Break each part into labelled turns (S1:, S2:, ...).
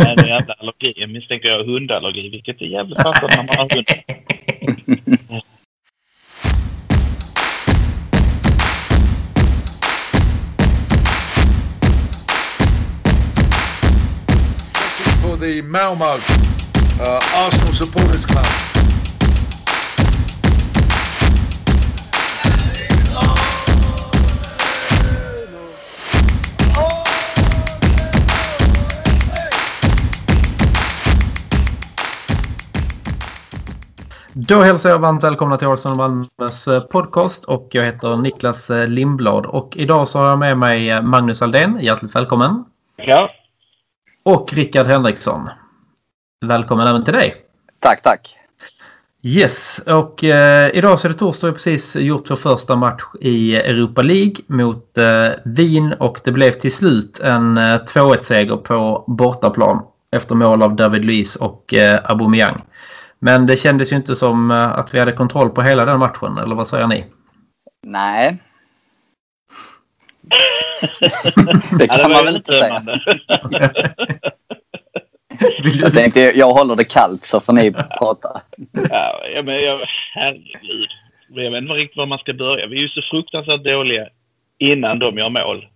S1: Nej, det är jävla allergi. Jag misstänker jag har hundallergi, vilket är jävligt passande när man har hund.
S2: for the Malmo uh, Arsenal Supporters Club.
S3: Då hälsar jag varmt välkomna till Olsson och Malmös eh, podcast och jag heter Niklas eh, Lindblad och idag så har jag med mig eh, Magnus Aldén, hjärtligt välkommen.
S1: Ja,
S3: Och Rickard Henriksson. Välkommen även till dig.
S4: Tack, tack.
S3: Yes, och eh, idag så är det torsdag och vi har precis gjort vår första match i Europa League mot eh, Wien och det blev till slut en eh, 2-1 seger på bortaplan efter mål av David Luiz och eh, Aubameyang. Men det kändes ju inte som eh, att vi hade kontroll på hela den matchen, eller vad säger ni?
S4: Nej. det
S1: Ja,
S4: kan
S1: det var
S4: man väl inte säga.
S1: uttömmande.
S3: Vill
S4: Jag
S3: du...
S4: tänkte, jag håller det kallt så får ni prata.
S1: Ja, ja, men jag, herregud. Jag vet inte riktigt var man ska börja. Vi är ju så fruktansvärt dåliga innan de gör mål.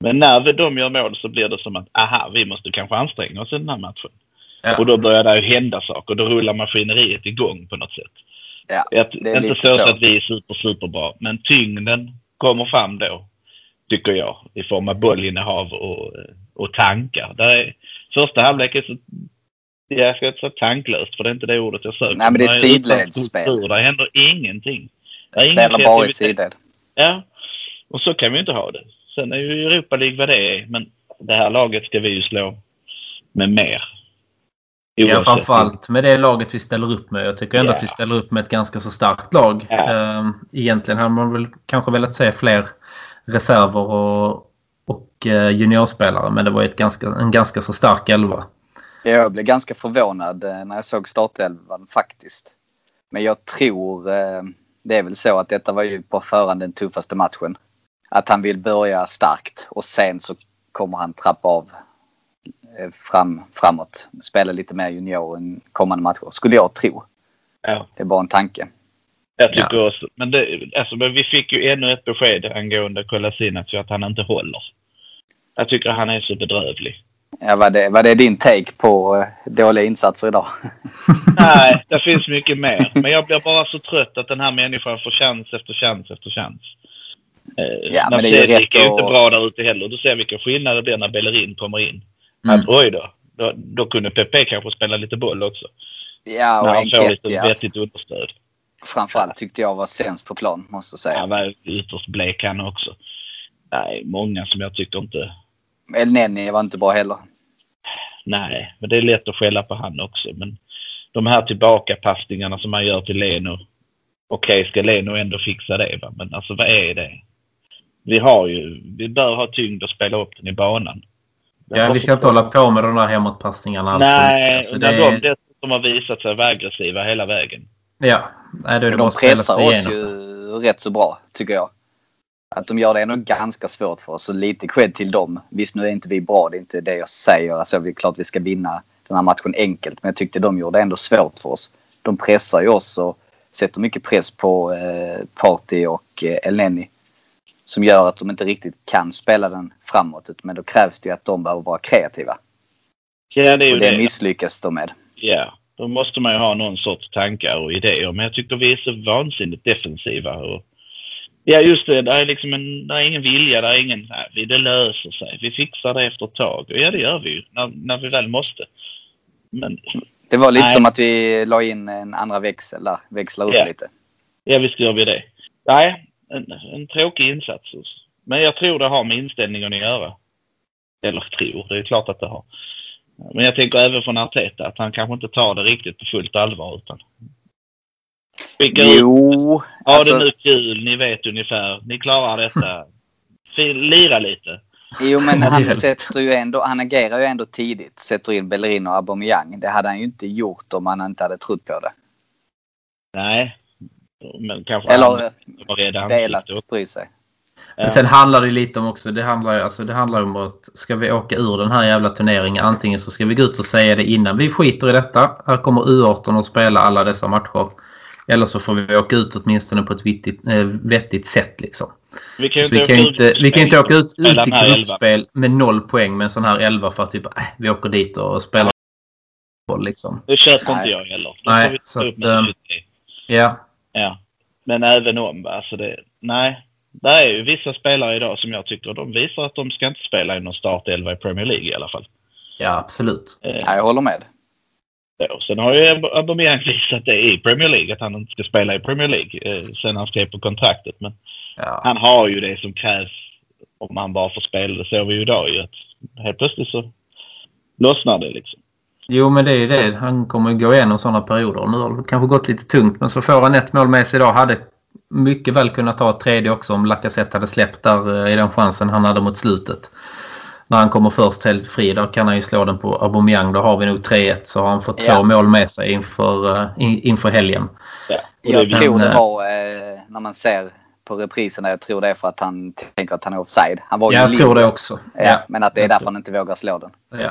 S1: Men när vi- de gör mål så blir det som att aha, vi måste kanske anstränga oss i den här matchen.
S3: Ja.
S1: Och då börjar det ju hända saker. Då rullar maskineriet igång på något sätt.
S4: Ja,
S1: Att,
S4: det är
S1: inte
S4: lite
S1: så,
S4: så.
S1: att vi är super, superbra, men tyngden kommer fram då, tycker jag, i form av bollinnehav och, och tankar. Där är, första halvlek är så, jag ska inte säga tanklöst, för det är inte det ordet jag söker.
S4: Nej, men det är
S1: utan
S4: sidledsspel.
S1: struktur, Där händer ingenting. Det är ingen
S4: Spelar bara i
S1: kreativitet.
S4: sidled.
S1: Ja, och så kan vi ju inte ha det. Sen är ju Europa League vad det är, men det här laget ska vi ju slå med mer.
S3: Ja,
S1: Oavsett.
S3: framförallt med det laget vi ställer upp med. Jag tycker ändå
S1: Ja.
S3: att vi ställer upp med ett ganska så starkt lag.
S1: Ja.
S3: Ehm, Egentligen hade man väl kanske velat se fler reserver och, och eh, juniorspelare. Men det var ju ett ganska, en ganska så stark elva.
S4: Jag blev ganska förvånad eh, när jag såg startelvan faktiskt. Men jag tror, eh, det är väl så att detta var ju på förhand den tuffaste matchen. Att han vill börja starkt och sen så kommer han trappa av eh, fram, framåt. Spela lite mer junior i kommande matcher, skulle jag tro.
S1: Ja.
S4: Det är bara en tanke.
S1: Jag tycker också, men, det, alltså, men vi fick ju ännu ett besked angående Kolasinac ju att han inte håller. Jag tycker han är så bedrövlig.
S4: Ja, vad, det, vad är din take på eh, dåliga insatser idag?
S1: Nej, det finns mycket mer. Men jag blir bara så trött att den här människan får chans efter chans efter chans. Eh,
S4: Ja, men det är ju
S1: Nasetic
S4: rätt
S1: är ju inte
S4: att-
S1: bra där ute heller. Du ser vilken skillnad det blir när Bellerin kommer in.
S3: Mm.
S1: Att, oj då, då, då kunde Pepe kanske spela lite boll också. när
S4: Ja, och
S1: han får lite
S4: Enketia
S1: vettigt understöd.
S4: framförallt tyckte jag var sämst på plan, måste jag säga.
S1: Han var ju ytterst blek han också. Nej, många som jag tycker inte
S4: El Neni var inte bra heller.
S1: Nej, men det är lätt att skälla på han också. Men de här tillbakapassningarna som man gör till Leno. Okej, ska Leno ändå fixa det? Va? Men alltså vad är det? Vi har ju, vi bör ha tyngd att spela upp den i banan.
S3: Ja, vi ska inte hålla på med de där hemåtpassningarna. allt för mycket.
S1: Nej,
S3: Alltså,
S1: och
S3: det
S1: när
S3: är-
S1: de dessutom har visat sig vara aggressiva hela vägen.
S3: Ja, nej, då är det bara
S4: De
S3: att spela
S4: pressar
S3: sig
S4: oss
S3: igenom.
S4: ju rätt så bra, tycker jag. Att de gör det är nog ganska svårt för oss, så lite cred till dem. Visst, nu är inte vi bra, det är inte det jag säger. Alltså, det är klart vi ska vinna den här matchen enkelt, men jag tyckte de gjorde det ändå svårt för oss. De pressar ju oss och sätter mycket press på eh, Party och eh, El Neni. Som gör att de inte riktigt kan spela den framåt, men då krävs det ju att de behöver vara kreativa.
S1: Ja, det är ju
S4: Och
S1: det.
S4: det misslyckas de med.
S1: Ja, då måste man ju ha någon sorts tankar och idéer. Men jag tycker vi är så vansinnigt defensiva. Och... Ja, just det. Där är liksom en, där är ingen vilja. Där är ingen... Nej, vi- det löser sig. Vi fixar det efter ett tag. Och ja, det gör vi ju när, när vi väl måste. Men
S4: Det var lite
S1: Nej.
S4: som att vi la in en andra växel där. Växlar upp
S1: Ja.
S4: lite.
S1: ja, visst gör vi det. Nej, en, en tråkig insats. Men jag tror det har med inställningen att göra. Eller tror, det är klart att det har. Men jag tänker även från Arteta att han kanske inte tar det riktigt på fullt allvar utan... Skickar ut
S4: Jo,
S1: Ha
S4: Alltså-
S1: det nu kul, ni vet ungefär. Ni klarar detta. Fin, lira lite.
S4: jo, men
S3: Det är
S4: han, sätter ju ändå, han agerar ju ändå tidigt. Sätter in Bellerin och Aubameyang. Det hade han ju inte gjort om han inte hade trott på det.
S1: Nej. Men kanske
S4: Eller
S1: han var rädd ansikte
S4: velat
S1: också.
S4: bry sig.
S3: Men sen handlar det lite om också, det handlar, ju- alltså, det handlar ju om att ska vi åka ur den här jävla turneringen antingen så ska vi gå ut och säga det innan vi skiter i detta. Här kommer U18 att spela alla dessa matcher. Eller så får vi åka ut åtminstone på ett vittigt, eh, vettigt sätt liksom.
S1: Vi kan ju
S3: Så vi kan
S1: åka
S3: ju
S1: ut-
S3: inte, vi kan ju inte åka ut,
S1: spela
S3: ut i
S1: den här elvan.
S3: gruppspel med noll poäng med en sån här elva för att typ, äh, vi åker dit och spelar boll liksom.
S1: Det köper
S4: Nej.
S1: inte jag heller. Det
S3: Nej,
S1: får vi ta
S3: så
S1: upp
S3: att,
S1: med
S3: ehm,
S1: City.
S3: Ja,
S1: Ja. Men även om, va, alltså det, nej. Där är ju vissa spelare idag som jag tycker de visar att de ska inte spela i någon startelva i Premier League i alla fall.
S3: ja absolut.
S1: Eh,
S4: Nej, jag håller med.
S1: så. Sen har ju Ab- Aubameyang visat det i Premier League, att han inte ska spela i Premier League eh, sen han skrev på kontraktet. Men
S3: Ja.
S1: han har ju det som krävs om han bara får spela. Det såg vi ju idag ju. Att helt plötsligt så lossnar det liksom.
S3: Jo, men det är ju det. Han kommer ju gå igenom sådana perioder. Nu har det kanske gått lite tungt, men så får han ett mål med sig idag. Hade mycket väl kunnat ta ett tredje också om Lacazette hade släppt där eh, i den chansen han hade mot slutet. När han kommer först helt fri, då kan han ju slå den på Aubameyang. Då har vi nog 3-1, så har han fått två
S4: Ja.
S3: mål med sig inför, eh, in, inför helgen.
S1: Ja. Och det
S4: Jag
S1: är-
S4: tror
S3: men,
S4: det
S3: eh,
S4: var eh, när man ser på repriserna. Jag tror det är för att han tänker att han är offside. Han var ju
S3: Jag
S4: i
S3: tror det
S4: linje.
S3: också.
S4: Ja, men att det är
S3: jag
S4: därför
S3: tror-
S4: han inte vågar slå den.
S3: Ja.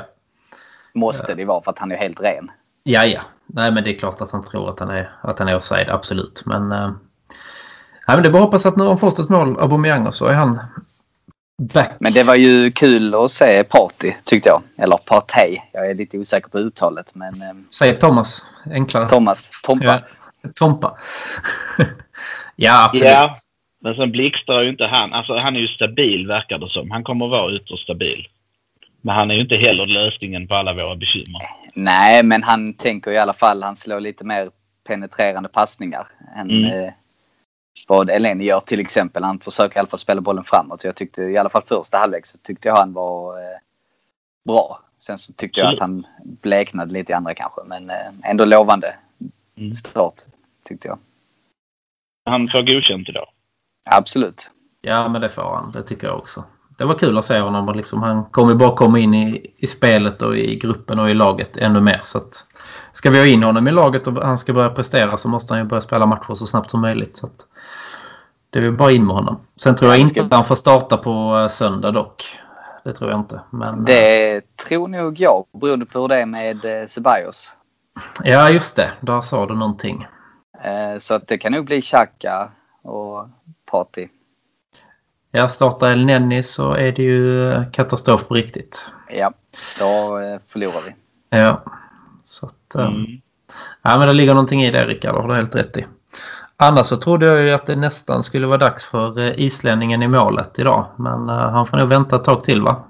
S4: Måste det vara för att han är helt ren.
S3: Ja, ja. Nej, men det är klart att han tror att han är, att han är offside, absolut. Men, eh, nej, men det är bara att hoppas att nu har han fått ett mål, Aubameyang, och så är han back.
S4: Men det var ju kul att se Party tyckte jag. Eller Partey. Jag är lite osäker på uttalet. Men eh,
S3: Säger Thomas, enklare.
S4: Thomas, Tompa.
S3: Ja. Tompa. ja, absolut.
S1: Ja. Men sen blixtrar ju inte han. Alltså han är ju stabil verkar det som. Han kommer vara ytterst stabil. Men han är ju inte heller lösningen på alla våra bekymmer.
S4: Nej, men han tänker i alla fall. Han slår lite mer penetrerande passningar. Än,
S1: Mm.
S4: eh, vad Eleni gör till exempel. Han försöker i alla fall spela bollen framåt. Jag tyckte i alla fall första halvlek så tyckte jag han var eh, bra. Sen så tyckte jag att han bleknade lite i andra kanske. Men eh, ändå lovande
S1: Mm.
S4: start tyckte jag.
S1: Han får godkänt idag.
S4: Absolut.
S3: Ja, men det får han. Det tycker jag också. Det var kul att se honom. och Liksom, han kommer ju bara komma in i, i spelet och i gruppen och i laget ännu mer. Så att, ska vi ha in honom i laget och han ska börja prestera så måste han ju börja spela matcher så snabbt som möjligt. Så att, det är väl bara in med honom. Sen tror jag
S4: Ja, det ska-
S3: inte att han får starta på eh, söndag dock. Det tror jag inte. Men,
S4: Det tror nog jag beroende på hur det är med eh, Ceballos.
S3: eh, Ja, just det. Där sa du någonting.
S4: Eh, Så att det kan nog bli Xhaka och Party.
S3: Ja, startar El Nenni så är det ju eh, katastrof på riktigt.
S4: Ja, då eh, förlorar vi.
S3: Ja. Så att, eh,
S1: Mm.
S3: Ja, men det ligger någonting i det Rickard, det har du helt rätt i. Annars så trodde jag ju att det nästan skulle vara dags för eh, islänningen i målet idag. Men eh, han får nog vänta ett tag till va?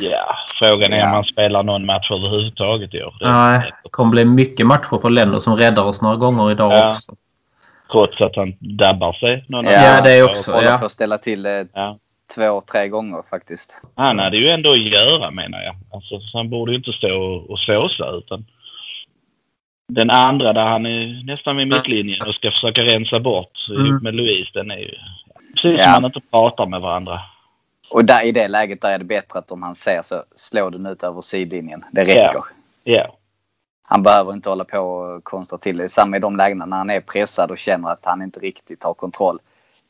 S1: Ja, frågan är
S4: Ja.
S1: om han spelar någon match överhuvudtaget i år. Det-
S3: Nej, det kommer bli mycket matcher på länder som räddar oss några gånger idag
S1: Ja.
S3: också.
S1: Trots att han dabbar sig. Någon
S4: Ja,
S1: annan
S3: det
S1: gång.
S3: också. Så,
S4: Håller
S3: ja.
S4: på att ställa till det
S1: Ja.
S4: två, tre gånger faktiskt.
S1: Han hade ju ändå att göra menar jag. Alltså, så han borde ju inte stå och, och såsa utan den andra där han är nästan vid mittlinjen och ska försöka rensa bort
S3: Mm.
S1: ihop med Louise den är ju precis
S4: Ja.
S1: som man inte pratar med varandra.
S4: Och där, i det läget där är det bättre att om han ser så slår den ut över sidlinjen. Det räcker.
S1: Ja. Ja.
S4: Han behöver inte hålla på och konstra till det. Samma i de lägena när han är pressad och känner att han inte riktigt har kontroll.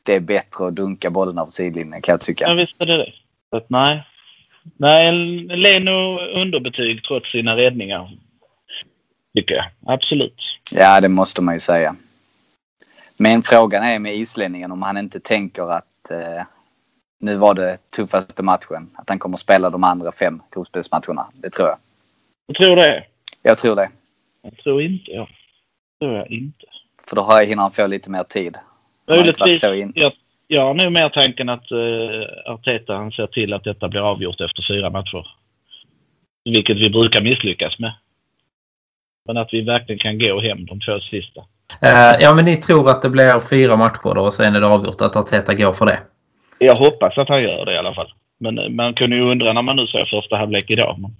S4: Det är bättre att dunka bollen över sidlinjen kan jag tycka.
S1: Men visst är det det. Så att, nej. Nej, Leno underbetyg trots sina räddningar. Tycker jag. Absolut.
S4: Ja, det måste man ju säga. Men frågan är med islänningen om han inte tänker att eh, nu var det tuffaste matchen. Att han kommer spela de andra fem gruppspelsmatcherna. Det tror jag.
S1: Jag tror det.
S4: Jag tror det.
S1: Jag tror inte jag. tror jag inte.
S4: För då har jag, hinner han få lite mer tid. Han har inte varit
S1: Möjligtvis.
S4: så in-
S1: Jag, jag har nu mer tanken att uh, Arteta han ser till att detta blir avgjort efter fyra matcher. Vilket vi brukar misslyckas med. Men att vi verkligen kan gå hem de två sista.
S3: Eh, Ja, men ni tror att det blir fyra matcher då och sen är det avgjort att Arteta går för det.
S1: Jag hoppas att han gör det i alla fall. Men eh, man kunde ju undra när man nu såg första halvlek idag. Men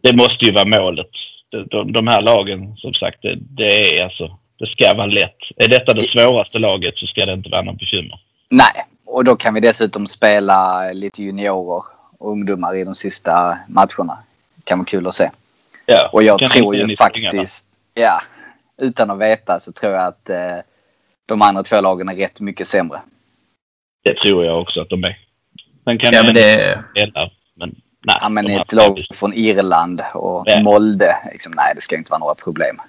S1: det måste ju vara målet. De, de, de här lagen, som sagt, det, det är alltså... Det ska vara lätt. Är detta det svåraste laget så ska det inte vara någon bekymmer.
S4: Nej, och då kan vi dessutom spela lite juniorer och ungdomar i de sista matcherna. Kan vara kul att se.
S1: Ja,
S4: Och jag
S1: kan
S4: tror
S1: inte
S4: ju
S1: ni springa, va?
S4: faktiskt, ja, utan att veta så tror jag att eh, de andra två lagen är rätt mycket sämre.
S1: Det tror jag också att de är. Sen kan
S3: Ja,
S1: jag
S3: men det,
S1: spela, men nej.
S4: Ja, men
S1: de här-
S4: ett lag från Irland och
S1: Ja.
S4: Molde. Liksom, nej, det ska inte vara några problem.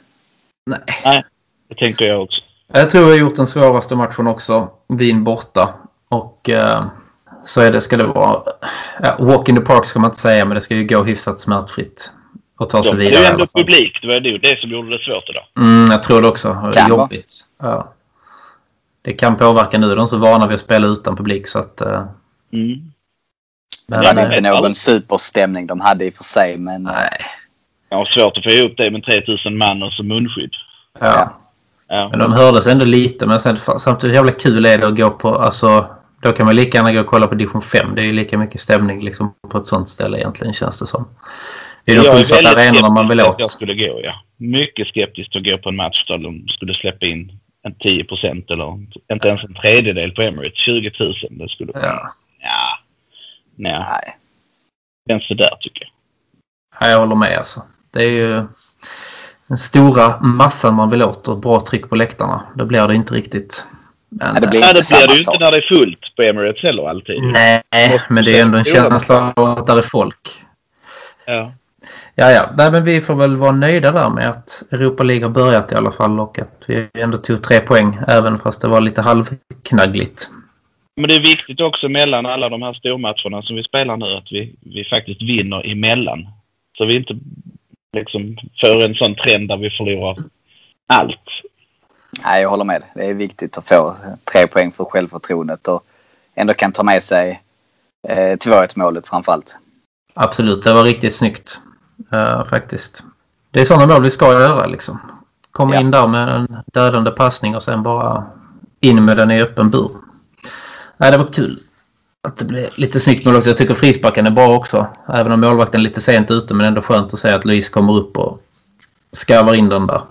S3: nej.
S1: Det tänker jag också.
S3: Jag tror jag har gjort den svåraste matchen också. Wien borta. Och eh, så är det, ska det vara. Ja, walk in the park ska man inte säga, men det ska ju gå hyfsat smärtfritt. Och ta sig
S1: De hade
S3: vidare.
S1: ju
S3: i
S1: ändå
S3: alla fall.
S1: publik. Det var ju det som gjorde det svårt idag.
S3: Mm, jag tror det också. Det är
S4: Kan vara.
S3: jobbigt. Ja. Det kan påverka nu. De är så vana vid att spela utan publik så att... eh,
S1: Mm.
S4: Det
S3: Men,
S1: Ja,
S4: var
S1: nej.
S4: inte någon superstämning de hade i och för sig, men eh,
S3: nej.
S1: Ja, svårt att få ihop det med 3000 man och så munskydd.
S3: Ja.
S1: Ja.
S3: Men de hördes ändå lite. Men sen, fa- samtidigt hur jävla kul är det att gå på... Alltså, då kan man lika gärna gå och kolla på division 5. Det är ju lika mycket stämning liksom, på ett sånt ställe egentligen känns det som. Det är de
S1: Jag är
S3: fullsatta
S1: väldigt
S3: arenorna man vill
S1: skeptisk att Jag
S3: åt.
S1: skulle gå, ja. Mycket skeptisk att gå på en match där de skulle släppa in en 10 eller inte ens en tredjedel på Emirates. 20 000. Det skulle...
S3: Ja.
S1: Ja. Nej,
S4: eh, nej.
S1: känns sådär tycker jag.
S3: Ja, jag håller med alltså. Det är ju den stora massan man vill åt och bra tryck på läktarna. Då blir det inte riktigt. Men,
S4: Nej, det blir
S1: Nej,
S4: inte
S1: det blir
S4: samma
S1: det ju inte
S4: sak.
S1: när det är fullt på Emirates heller alltid.
S3: Nej, men det är ju ändå en känsla av att där är folk.
S1: Ja.
S3: Ja, ja. Nej, men vi får väl vara nöjda där med att Europa League har börjat i alla fall och att vi ändå tog tre poäng även fast det var lite halvknaggligt.
S1: Men det är viktigt också mellan alla de här stormatcherna som vi spelar nu att vi, vi faktiskt vinner emellan. Så vi inte liksom får en sån trend där vi förlorar allt.
S4: Nej, jag håller med. Det är viktigt att få tre poäng för självförtroendet och ändå kan ta med sig eh, 2-1 målet framförallt.
S3: Absolut, det var riktigt snyggt eh, faktiskt. Det är sådana mål vi ska göra liksom. Komma
S4: Ja.
S3: in där med en dödande passning och sen bara in med den i öppen bur. Nej, det var kul. Att det blev lite snyggt mål också. Jag tycker frisparken är bra också. Även om målvakten är lite sent ute men ändå skönt att se att Luis kommer upp och skarvar in den där.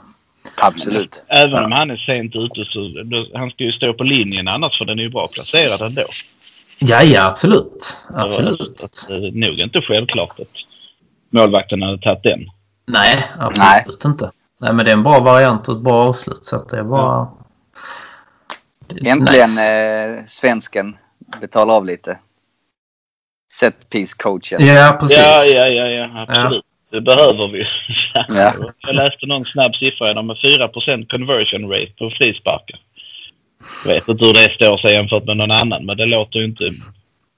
S4: Absolut.
S1: Även om han är sent ute så då, han ska ju stå på linjen annars för den är ju bra placerad ändå.
S3: Ja, ja absolut.
S1: Det var
S3: Absolut.
S1: Att, det är nog inte självklart att målvakten hade tagit den.
S3: Nej, absolut
S4: Nej.
S3: inte. Nej, men det är en bra variant och ett bra avslut så att det var...
S4: Äntligen
S3: Nice.
S4: eh, svensken betalar av lite. Set piece coachen.
S3: Ja, precis.
S1: Ja, ja, ja, ja absolut. Det behöver vi.
S4: Ja.
S1: Jag läste någon snabb siffra idag med 4 conversion rate på frisparkar. Jag vet inte hur det står sig jämfört med någon annan men det låter ju inte...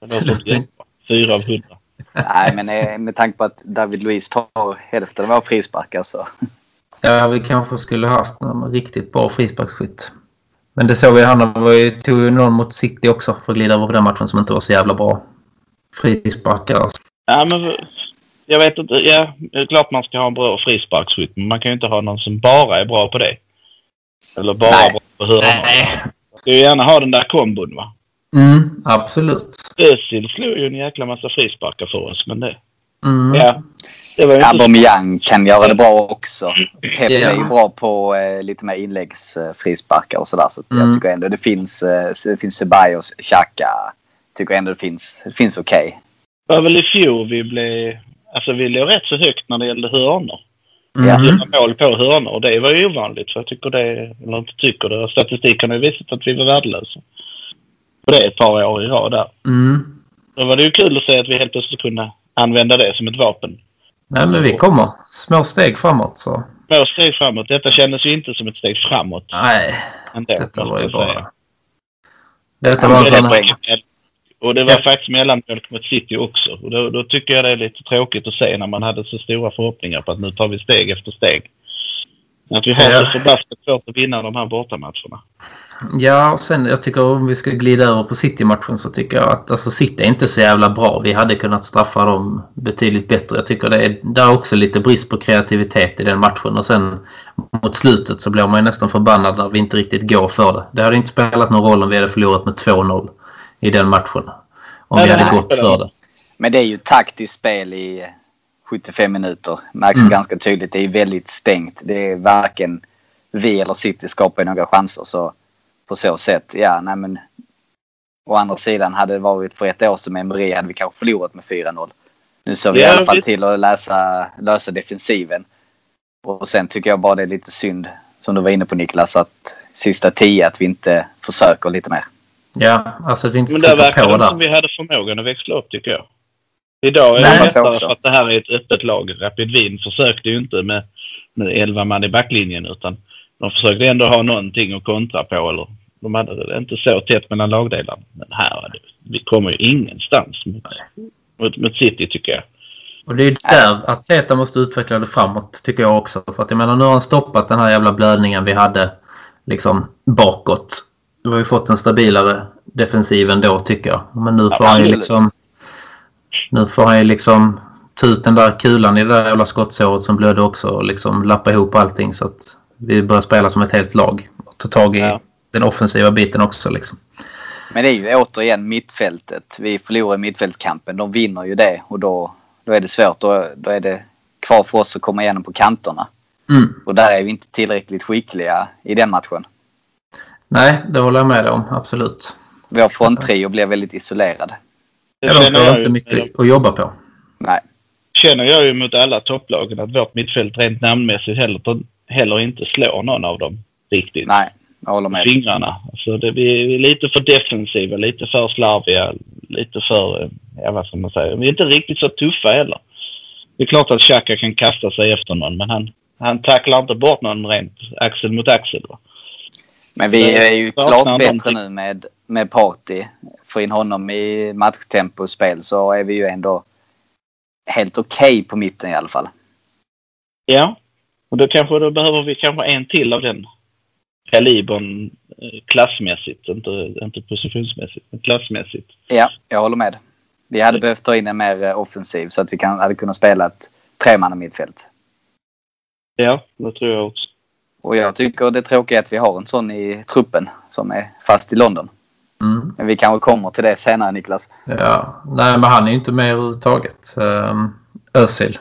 S1: Det låter
S3: Låter
S1: inte Fyra av hundra.
S4: Nej, men eh, med tanke på att David Luiz tar hälften av våra frisparkar så.
S3: Ja, vi kanske skulle haft någon riktigt bra frisparksskytt. Men det såg vi, han var ju, tog ju någon mot City också för att glida över på den matchen som inte var så jävla bra. Frisparkar. alltså.
S1: Ja, men jag vet inte. Ja, det är klart man ska ha en bra frisparksskytt men man kan ju inte ha någon som bara är bra på det. Eller bara
S4: Nej.
S1: bra på hörnorna. Man ska ju gärna ha den där kombon va.
S3: Mm, absolut.
S1: Özil slog ju en jäkla massa frisparkar för oss men det...
S3: Mm.
S1: Ja. Det var ju inte
S4: Aubameyang kan göra det bra också. Pep
S3: Ja.
S4: är ju bra på eh, lite mer inläggsfrisparkar och sådär. Så att
S3: Mm.
S4: jag tycker ändå det finns, eh, det finns Ceballos, Xhaka. Tycker ändå det finns, det finns okej.
S1: Det var väl i fjol vi blev... Alltså vi låg rätt så högt när det gällde hörnor.
S4: Ja.
S3: Mm.
S1: Göra mål på hörnor och det var ju ovanligt för jag tycker det... Eller inte tycker det. Statistiken har ju visat att vi var värdelösa. På det ett par år i rad där.
S3: Mm.
S1: Då var det ju kul att se att vi helt plötsligt kunde använda det som ett vapen.
S3: Nej, men vi kommer. Små steg framåt så.
S1: Två steg framåt. Detta kändes ju inte som ett steg framåt.
S3: Nej,
S1: Ändå,
S3: detta var ju
S1: måste jag säga.
S3: bara... Detta
S4: Ja,
S3: var en
S4: men
S1: Det var
S3: sån
S4: poäng.
S3: här...
S1: faktiskt- Och det var
S3: Ja.
S1: faktiskt mellanmjölk mot City också. Och då, då tycker jag det är lite tråkigt att se när man hade så stora förhoppningar på att nu tar vi steg efter steg. Att vi har
S3: Ja.
S1: så förbaskat svårt att vinna de här bortamatcherna.
S3: Ja, och sen jag tycker om vi ska glida över på City-matchen så tycker jag att alltså, City är inte så jävla bra. Vi hade kunnat straffa dem betydligt bättre. Jag tycker det är där är också lite brist på kreativitet i den matchen. Och sen mot slutet så blir man ju nästan förbannad när vi inte riktigt går för det. Det hade inte spelat någon roll om vi hade förlorat med 2-0 i den matchen. Om
S1: Nej,
S3: vi
S1: nej,
S3: hade gått
S1: nej.
S3: för det.
S4: Men det är ju taktiskt spel i 75 minuter. Märks
S3: Mm.
S4: ju ganska tydligt. Det är väldigt stängt. Det är varken vi eller City skapar ju några chanser. Så på så sätt, ja, nej men. Å andra sidan, hade det varit för ett år sedan med Emery hade vi kanske förlorat med 4-0. Nu såg vi
S1: Ja,
S4: i alla fall
S1: visst.
S4: till att läsa, lösa defensiven. Och sen tycker jag bara det är lite synd, som du var inne på Niklas, att sista tio att vi inte försöker lite mer.
S3: Ja, alltså att vi inte
S1: Men där
S3: trycker på
S1: verkar det som
S3: där.
S1: vi hade förmågan att växla upp tycker jag. Idag är
S3: Nej.
S1: det
S4: Jag ser
S1: lättare
S4: också.
S1: för att det här är ett öppet lag. Rapid Wien försökte ju inte med, med 11 man i backlinjen utan de försökte ändå ha någonting att kontra på. Eller, de hade det inte så tätt mellan lagdelarna. Men här, vi kommer ju ingenstans mot, mot, mot City tycker jag.
S3: Och det är där Arteta måste utveckla det framåt tycker jag också. För att jag menar nu har han stoppat den här jävla blödningen vi hade liksom bakåt. Då har vi fått en stabilare defensiv ändå tycker jag. Men nu får han ju
S4: absolut.
S3: liksom... Nu får han ju liksom ta ut den där kulan i det där jävla skottsåret som blödde också och liksom lappa ihop allting så att vi börjar spela som ett helt lag. Och ta tag i
S1: Ja.
S3: den offensiva biten också liksom.
S4: Men det är ju återigen mittfältet. Vi förlorar mittfältskampen. De vinner ju det och då, då är det svårt. Då, då är det kvar för oss att komma igenom på kanterna.
S3: Mm.
S4: Och där är vi inte tillräckligt skickliga i den matchen.
S3: Nej, det håller jag med dig om. Absolut.
S4: Vår fronttrio blev väldigt isolerad.
S1: Det
S3: Ja, de
S1: känner
S3: får
S1: jag
S3: inte
S1: ju-
S3: mycket att jobba på.
S4: Nej.
S1: känner jag ju mot alla topplagen att vårt mittfält rent namnmässigt heller, heller inte slår någon av dem riktigt.
S4: Nej, jag håller
S1: med
S4: med.
S1: fingrarna. Alltså det, vi vi är lite för defensiva, lite för slarviga, lite för, eh, ja vad ska man säga, vi är inte riktigt så tuffa heller. Det är klart att Xhaka kan kasta sig efter någon men han, han tacklar inte bort någon rent axel mot axel. Va?
S4: Men vi är ju
S1: Saknar
S4: klart
S1: någonting.
S4: bättre nu med, med Party. Få in honom i matchtempo och spel så är vi ju ändå helt okej på mitten i alla fall.
S1: Ja, och då kanske då behöver vi kanske en till av den kalibern eh, klassmässigt, inte, inte positionsmässigt, men klassmässigt.
S4: Ja, jag håller med. Vi hade behövt ta in en mer eh, offensiv så att vi kan, hade kunnat spela ett tremannamittfält.
S1: Ja, det tror jag också.
S4: Och jag tycker det tråkiga är att vi har en sån i truppen som är fast i London.
S3: Mm.
S4: Men vi kanske kommer till det senare Niklas.
S3: Ja, nej men han är ju inte med överhuvudtaget. Um, Özil.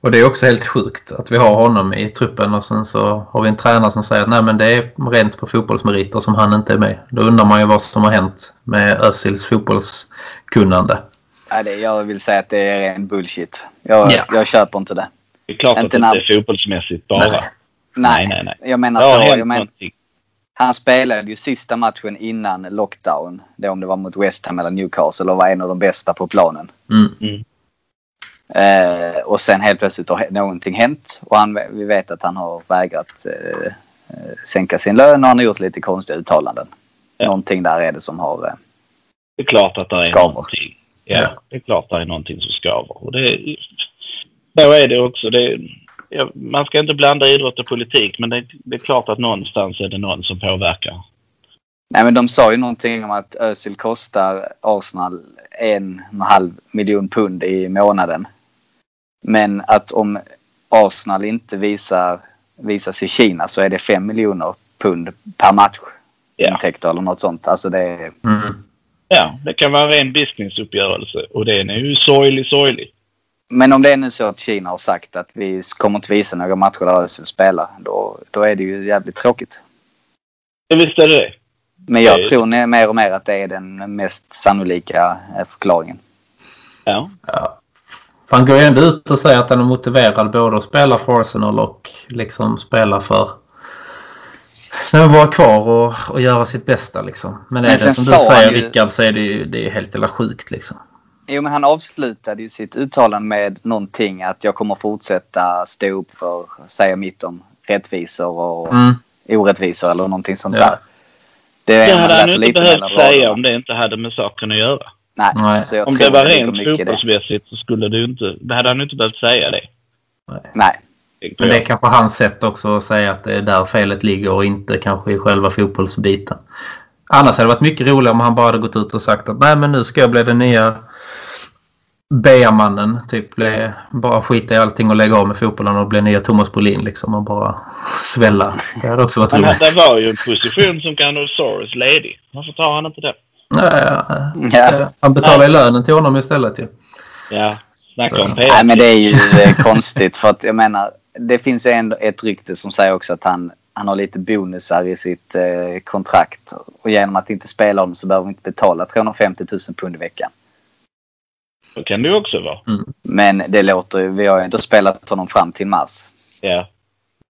S3: Och det är också helt sjukt att vi har honom i truppen och sen så har vi en tränare som säger att nej men det är rent på fotbollsmeriter som han inte är med. Då undrar man ju vad som har hänt med Özils fotbollskunnande.
S4: Nej, det, jag vill säga att det är ren bullshit. Jag,
S3: Ja.
S4: jag köper inte det.
S1: Det är klart
S4: Inte
S1: att det
S4: namn.
S1: inte är fotbollsmässigt bara.
S3: Nej.
S4: Nej,
S1: Nej, nej, nej.
S4: jag menar
S1: det har
S4: så.
S1: hänt
S4: Jag men,
S1: någonting.
S4: han spelade ju sista matchen innan lockdown. Det om det var mot West Ham eller Newcastle och var en av de bästa på planen.
S3: Mm.
S4: Eh, och sen helt plötsligt har he- någonting hänt. Och han, vi vet att han har vägrat eh, eh, sänka sin lön och han har gjort lite konstiga uttalanden.
S1: Ja.
S4: Någonting där är det som har... Eh,
S1: Det är klart att det är
S4: Skaver.
S1: någonting. Ja,
S3: Ja.
S1: det är klart att det är någonting som skaver. Och det, så är det också. Det, ja, man ska inte blanda idrott och politik men det, det är klart att någonstans är det någon som påverkar.
S4: nej men de sa ju någonting om att Özil kostar Arsenal en och en halv miljon pund i månaden. Men att om Arsenal inte visar, visas i Kina så är det fem miljoner pund per match.
S1: Ja.
S4: Intäkter eller något sånt. Alltså det är
S3: Mm.
S1: Ja, det kan vara en ren businessuppgörelse och den är ju sorglig, sorglig.
S4: Men om det är nu så att Kina har sagt att vi kommer inte visa några matcher där Özil spelar, då, då är det ju jävligt tråkigt.
S1: Ja, Visst är det det.
S4: Men jag
S1: Det är-
S4: tror ne- mer och mer att det är den mest sannolika eh, förklaringen.
S1: Ja.
S3: Ja. För han går ju ändå ut och säger att han är motiverad både att spela för Arsenal och liksom spela för när man vara kvar och, och göra sitt bästa liksom. Men, är
S4: Men
S3: det
S4: sen
S3: som
S4: sa
S3: du
S4: han
S3: säger
S4: ju-
S3: Rickard så är det ju det är ju helt jävla sjukt liksom.
S4: Jo, men han avslutade ju sitt uttalande med någonting att jag kommer fortsätta stå upp för, säga mitt om rättvisor och
S3: Mm.
S4: orättvisor eller någonting sånt
S3: Ja.
S4: där. Det är
S1: Det
S4: man
S1: hade han
S4: läser
S1: ju inte
S4: alltså, lite
S1: behövt
S4: mellan raderna.
S1: säga om det inte hade med saken att göra.
S4: Nej,
S3: Nej.
S4: så jag
S1: Om
S4: tror
S1: det var
S4: ligger
S1: rent
S4: mycket i det.
S1: fotbollsmässigt så skulle du inte... Det hade han ju inte behövt säga det.
S4: Nej,
S1: tänker
S3: Men det
S1: jag.
S3: är kanske hans sätt också att säga att det är där felet ligger och inte kanske i själva fotbollsbiten. Annars hade det varit mycket roligare om han bara hade gått ut och sagt att nej men nu ska jag bli den nya BA-mannen. Typ bli, bara skita i allting och lägga av med fotbollen och bli nya Thomas Brolin liksom och bara svälla. Det hade också varit
S1: Men
S3: roligt.
S1: det var ju en position som Ganosaurus ledig. Varför tar han inte det?
S3: Nej, ja,
S4: Ja.
S3: ja. Han betalar ju lönen till honom istället ju.
S1: Ja, snacka om
S4: Nej,
S1: PR.
S4: men det är ju eh, konstigt. För att jag menar, det finns ju ändå ett rykte som säger också att han, han har lite bonusar i sitt eh, kontrakt. Och genom att inte spela honom så behöver vi inte betala 350 000 pund i veckan.
S1: Så kan det ju också vara.
S4: Men det låter ju, vi har ju ändå spelat honom fram till mars.
S1: Ja.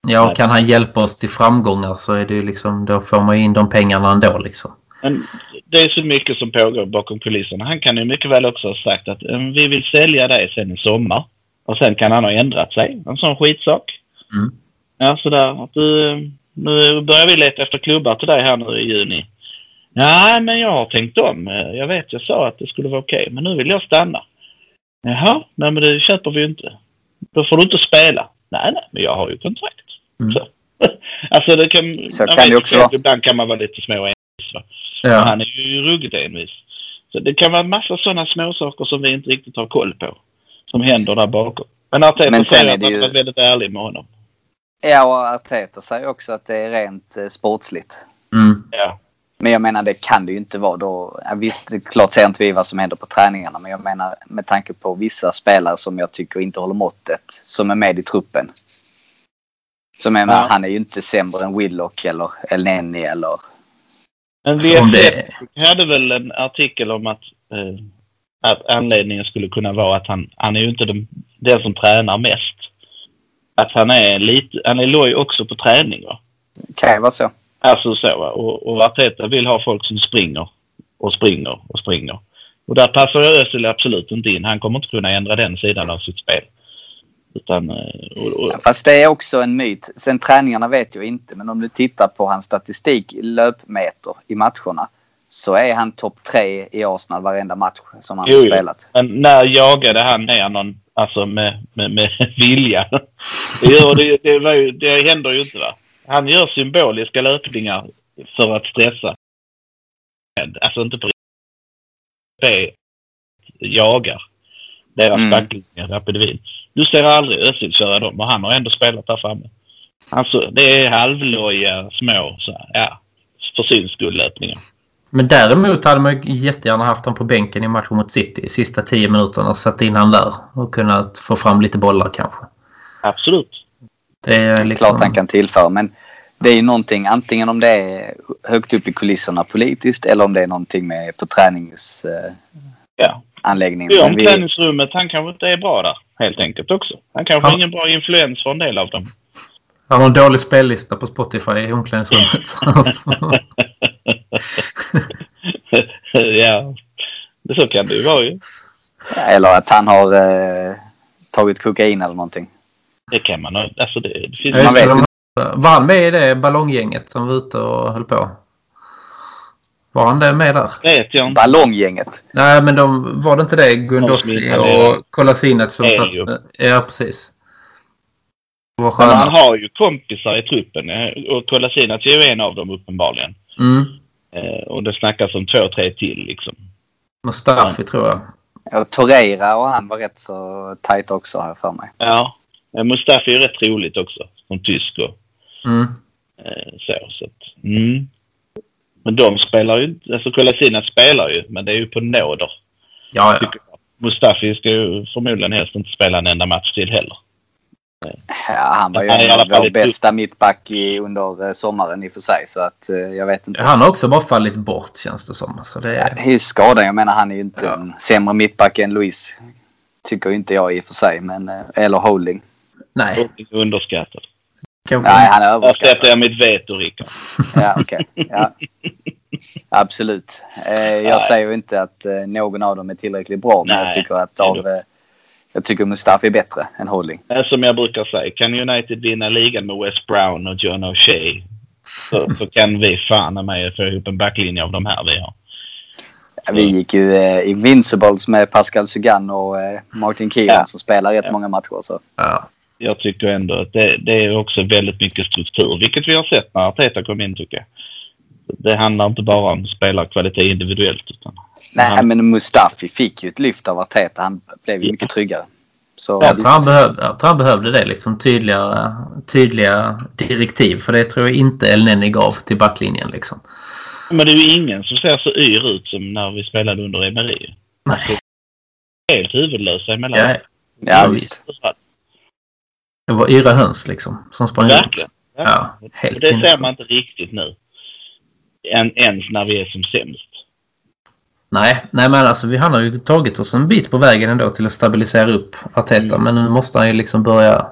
S3: Ja,
S1: Nej.
S3: och kan han hjälpa oss till framgångar så är det ju liksom, då får man ju in de pengarna ändå liksom.
S1: Men det är så mycket som pågår bakom kulisserna. Han kan ju mycket väl också ha sagt att eh, vi vill sälja det sen i sommar. Och sen kan han ha ändrat sig. En sån skitsak.
S3: Mm.
S1: Ja, sådär. Att du, eh, nu börjar vi leta efter klubbar till dig här nu i juni. Nej, men jag har tänkt om. Eh, Jag vet, jag sa att det skulle vara okej, men nu vill jag stanna. Jaha, nej men det köper vi ju inte. Då får du inte spela. Nej, nej, men jag har ju kontrakt.
S3: Mm.
S1: Så. alltså det kan...
S4: Så
S1: jag
S4: kan det
S1: vet
S4: också
S1: inte,
S4: vara.
S1: Ibland kan man vara lite små envis. Va? Men
S3: Ja.
S1: Han är ju ruggigt envis. Så det kan vara en massa sådana småsaker som vi inte riktigt har koll på. Som händer där bakom. Men Arteta
S4: Men sen
S1: säger
S4: är
S1: att
S4: det
S1: man
S4: ju-
S1: var väldigt ärlig med honom.
S4: Ja, och Arteta säger också att det är rent eh, sportsligt.
S3: Mm.
S1: Ja.
S4: Men jag menar det kan det ju inte vara då. Ja, Visst, det är klart ser inte vi vad som händer på träningarna. Men jag menar med tanke på vissa spelare som jag tycker inte håller måttet. Som är med i truppen. Som är med,
S1: Ja.
S4: han är ju inte sämre än Willock eller Elneny eller...
S1: Men
S3: Som
S1: VFF
S3: det-
S1: hade väl en artikel om att, eh, att anledningen skulle kunna vara att han, han är ju inte den, den som tränar mest. Att han är lite, han är loj också på träning. Va?
S4: Kan ju vara så.
S1: Alltså så. Va? Och, och Arteta vill ha folk som springer och springer och springer. Och där passar Özil absolut inte in. Han kommer inte kunna ändra den sidan av sitt spel. Utan, eh, och, och,
S4: Ja, Fast det är också en myt. Sen träningarna vet jag inte. Men om du tittar på hans statistik i löpmeter i matcherna. Så är han topp tre i Arsenal varenda match som han
S1: Jo,
S4: har
S1: jo.
S4: spelat.
S1: men när jagade han ner någon alltså med, med, med vilja? Det, gör, det, det, var ju, det händer ju inte va? Han gör symboliska löpningar för att stressa. Alltså inte på riktigt. Det jagar deras
S4: Mm.
S1: backlinje, Rapid Wien. Du ser aldrig Özil köra dem och han har ändå spelat där framme. Alltså det är halvloja små så här, ja, för syns skull löpningar.
S3: Men däremot hade man ju jättegärna haft honom på bänken i matchen mot City. i Sista tio minuterna satt in han där och kunnat få fram lite bollar kanske.
S1: Absolut.
S3: Det är liksom...
S4: klart han
S1: Mm.
S4: kan tillföra. Men det är ju någonting, antingen om det är högt upp i kulisserna politiskt eller om det är någonting med på träningsanläggningen.
S1: Ja. Ja,
S4: Men
S1: om
S4: vi,
S1: träningsrummet. Han kanske inte är bra där helt enkelt också. Han kanske
S3: Ja.
S1: har ingen bra influens för en del av dem.
S3: Han har en dålig spellista på Spotify i omklädningsrummet.
S1: ja, det så kan det ju vara ju.
S4: eller att han har eh, tagit kokain eller någonting.
S1: Det kan man ha- Alltså det, det finns
S3: Ja, just
S4: Man
S3: det,
S4: vet
S3: de- Var han med i det ballonggänget som var ute och höll på? Var han det med där?
S1: vet jag inte.
S4: Ballonggänget.
S3: Nej, men de, var det inte det Gundossi
S1: Smith, han
S3: och Kolasinac som
S1: Elio.
S3: satt... Ja, precis. Det var
S1: Men han
S3: skönt.
S1: har ju kompisar i truppen eh, och Kolasinac är ju en av dem uppenbarligen.
S3: Mm.
S1: Eh, och det snackas om två, tre till liksom.
S3: Mustafi tror jag.
S4: Och Torreira och han var rätt så tajt också har jag för mig.
S1: Ja. Eh, Mustafi är rätt roligt också. Som tysk och
S3: Mm.
S1: eh, så. så att, mm. Men de spelar ju inte... Alltså Kolasinac spelar ju, men det är ju på nåder.
S3: Ja, ja.
S1: tycker jag. Mustafi ska ju förmodligen helst inte spela en enda match till heller.
S4: Ja, han var ju
S1: Han är i typ-
S4: en
S1: alla
S4: av
S1: fall
S4: vår
S1: ett-
S4: bästa mittback i, under eh, sommaren i och för sig. Så att eh, jag vet inte.
S3: Han har också bara fallit bort känns det som. Så det
S4: Det
S3: är...
S4: är ju skadan. Jag menar han är ju inte
S3: Ja.
S4: en sämre mittback än Luis. Tycker inte jag i och för sig. Men, eh, eller Holding.
S3: Nej.
S1: Och Underskattad.
S3: Kanske...
S4: Nej, han är
S1: Där
S4: överskattad.
S1: sätter jag mitt veto, Rickard.
S4: Ja, okej. Ja. Absolut. Eh, jag
S1: Nej.
S4: säger ju inte att eh, någon av dem är tillräckligt bra. Men jag
S1: Nej,
S4: tycker att
S1: det är
S4: av, eh, jag tycker Mustafi är bättre än Holding.
S1: Men Eh, Som jag brukar säga, kan United vinna ligan med West Brown och John O'Shea så, så kan vi fan i mig få ihop en backlinje av de här vi har.
S4: Vi
S1: Mm.
S4: gick ju eh, Invincibles med Pascal Sugan och eh, Martin Keown
S1: Ja.
S4: som spelar rätt
S1: Ja.
S4: många matcher. Så.
S3: Ja.
S1: Jag tycker ändå att det, det är också väldigt mycket struktur, vilket vi har sett när Arteta kom in tycker jag. Det handlar inte bara om spelarkvalitet individuellt. Utan
S4: Nej,
S1: Ja.
S4: men Mustafi fick ju ett lyft av Arteta. Han blev ju
S1: Mm. Ja.
S4: mycket tryggare. Så,
S3: Jag tror,
S4: visst.
S3: han behövde, jag tror han behövde det. Liksom, tydliga, tydliga direktiv. För det tror jag inte Elneny gav till backlinjen. Liksom.
S1: Men det är ju ingen som ser så yr ut som när vi spelade under Emery.
S3: Nej.
S1: Helt huvudlösa emellan.
S3: Ja,
S4: ja,
S3: Ja,
S4: visst.
S3: det var yra höns liksom. Som sprang runt.
S1: Verkligen.
S3: Ja,
S1: Och
S3: helt
S1: det ser
S3: sinnessjukt.
S1: man inte riktigt nu. Än, ens när vi är som sämst.
S3: Nej, nej men alltså vi, han har ju tagit oss en bit på vägen ändå till att stabilisera upp Arteta.
S4: Mm.
S3: Men nu måste han ju liksom börja...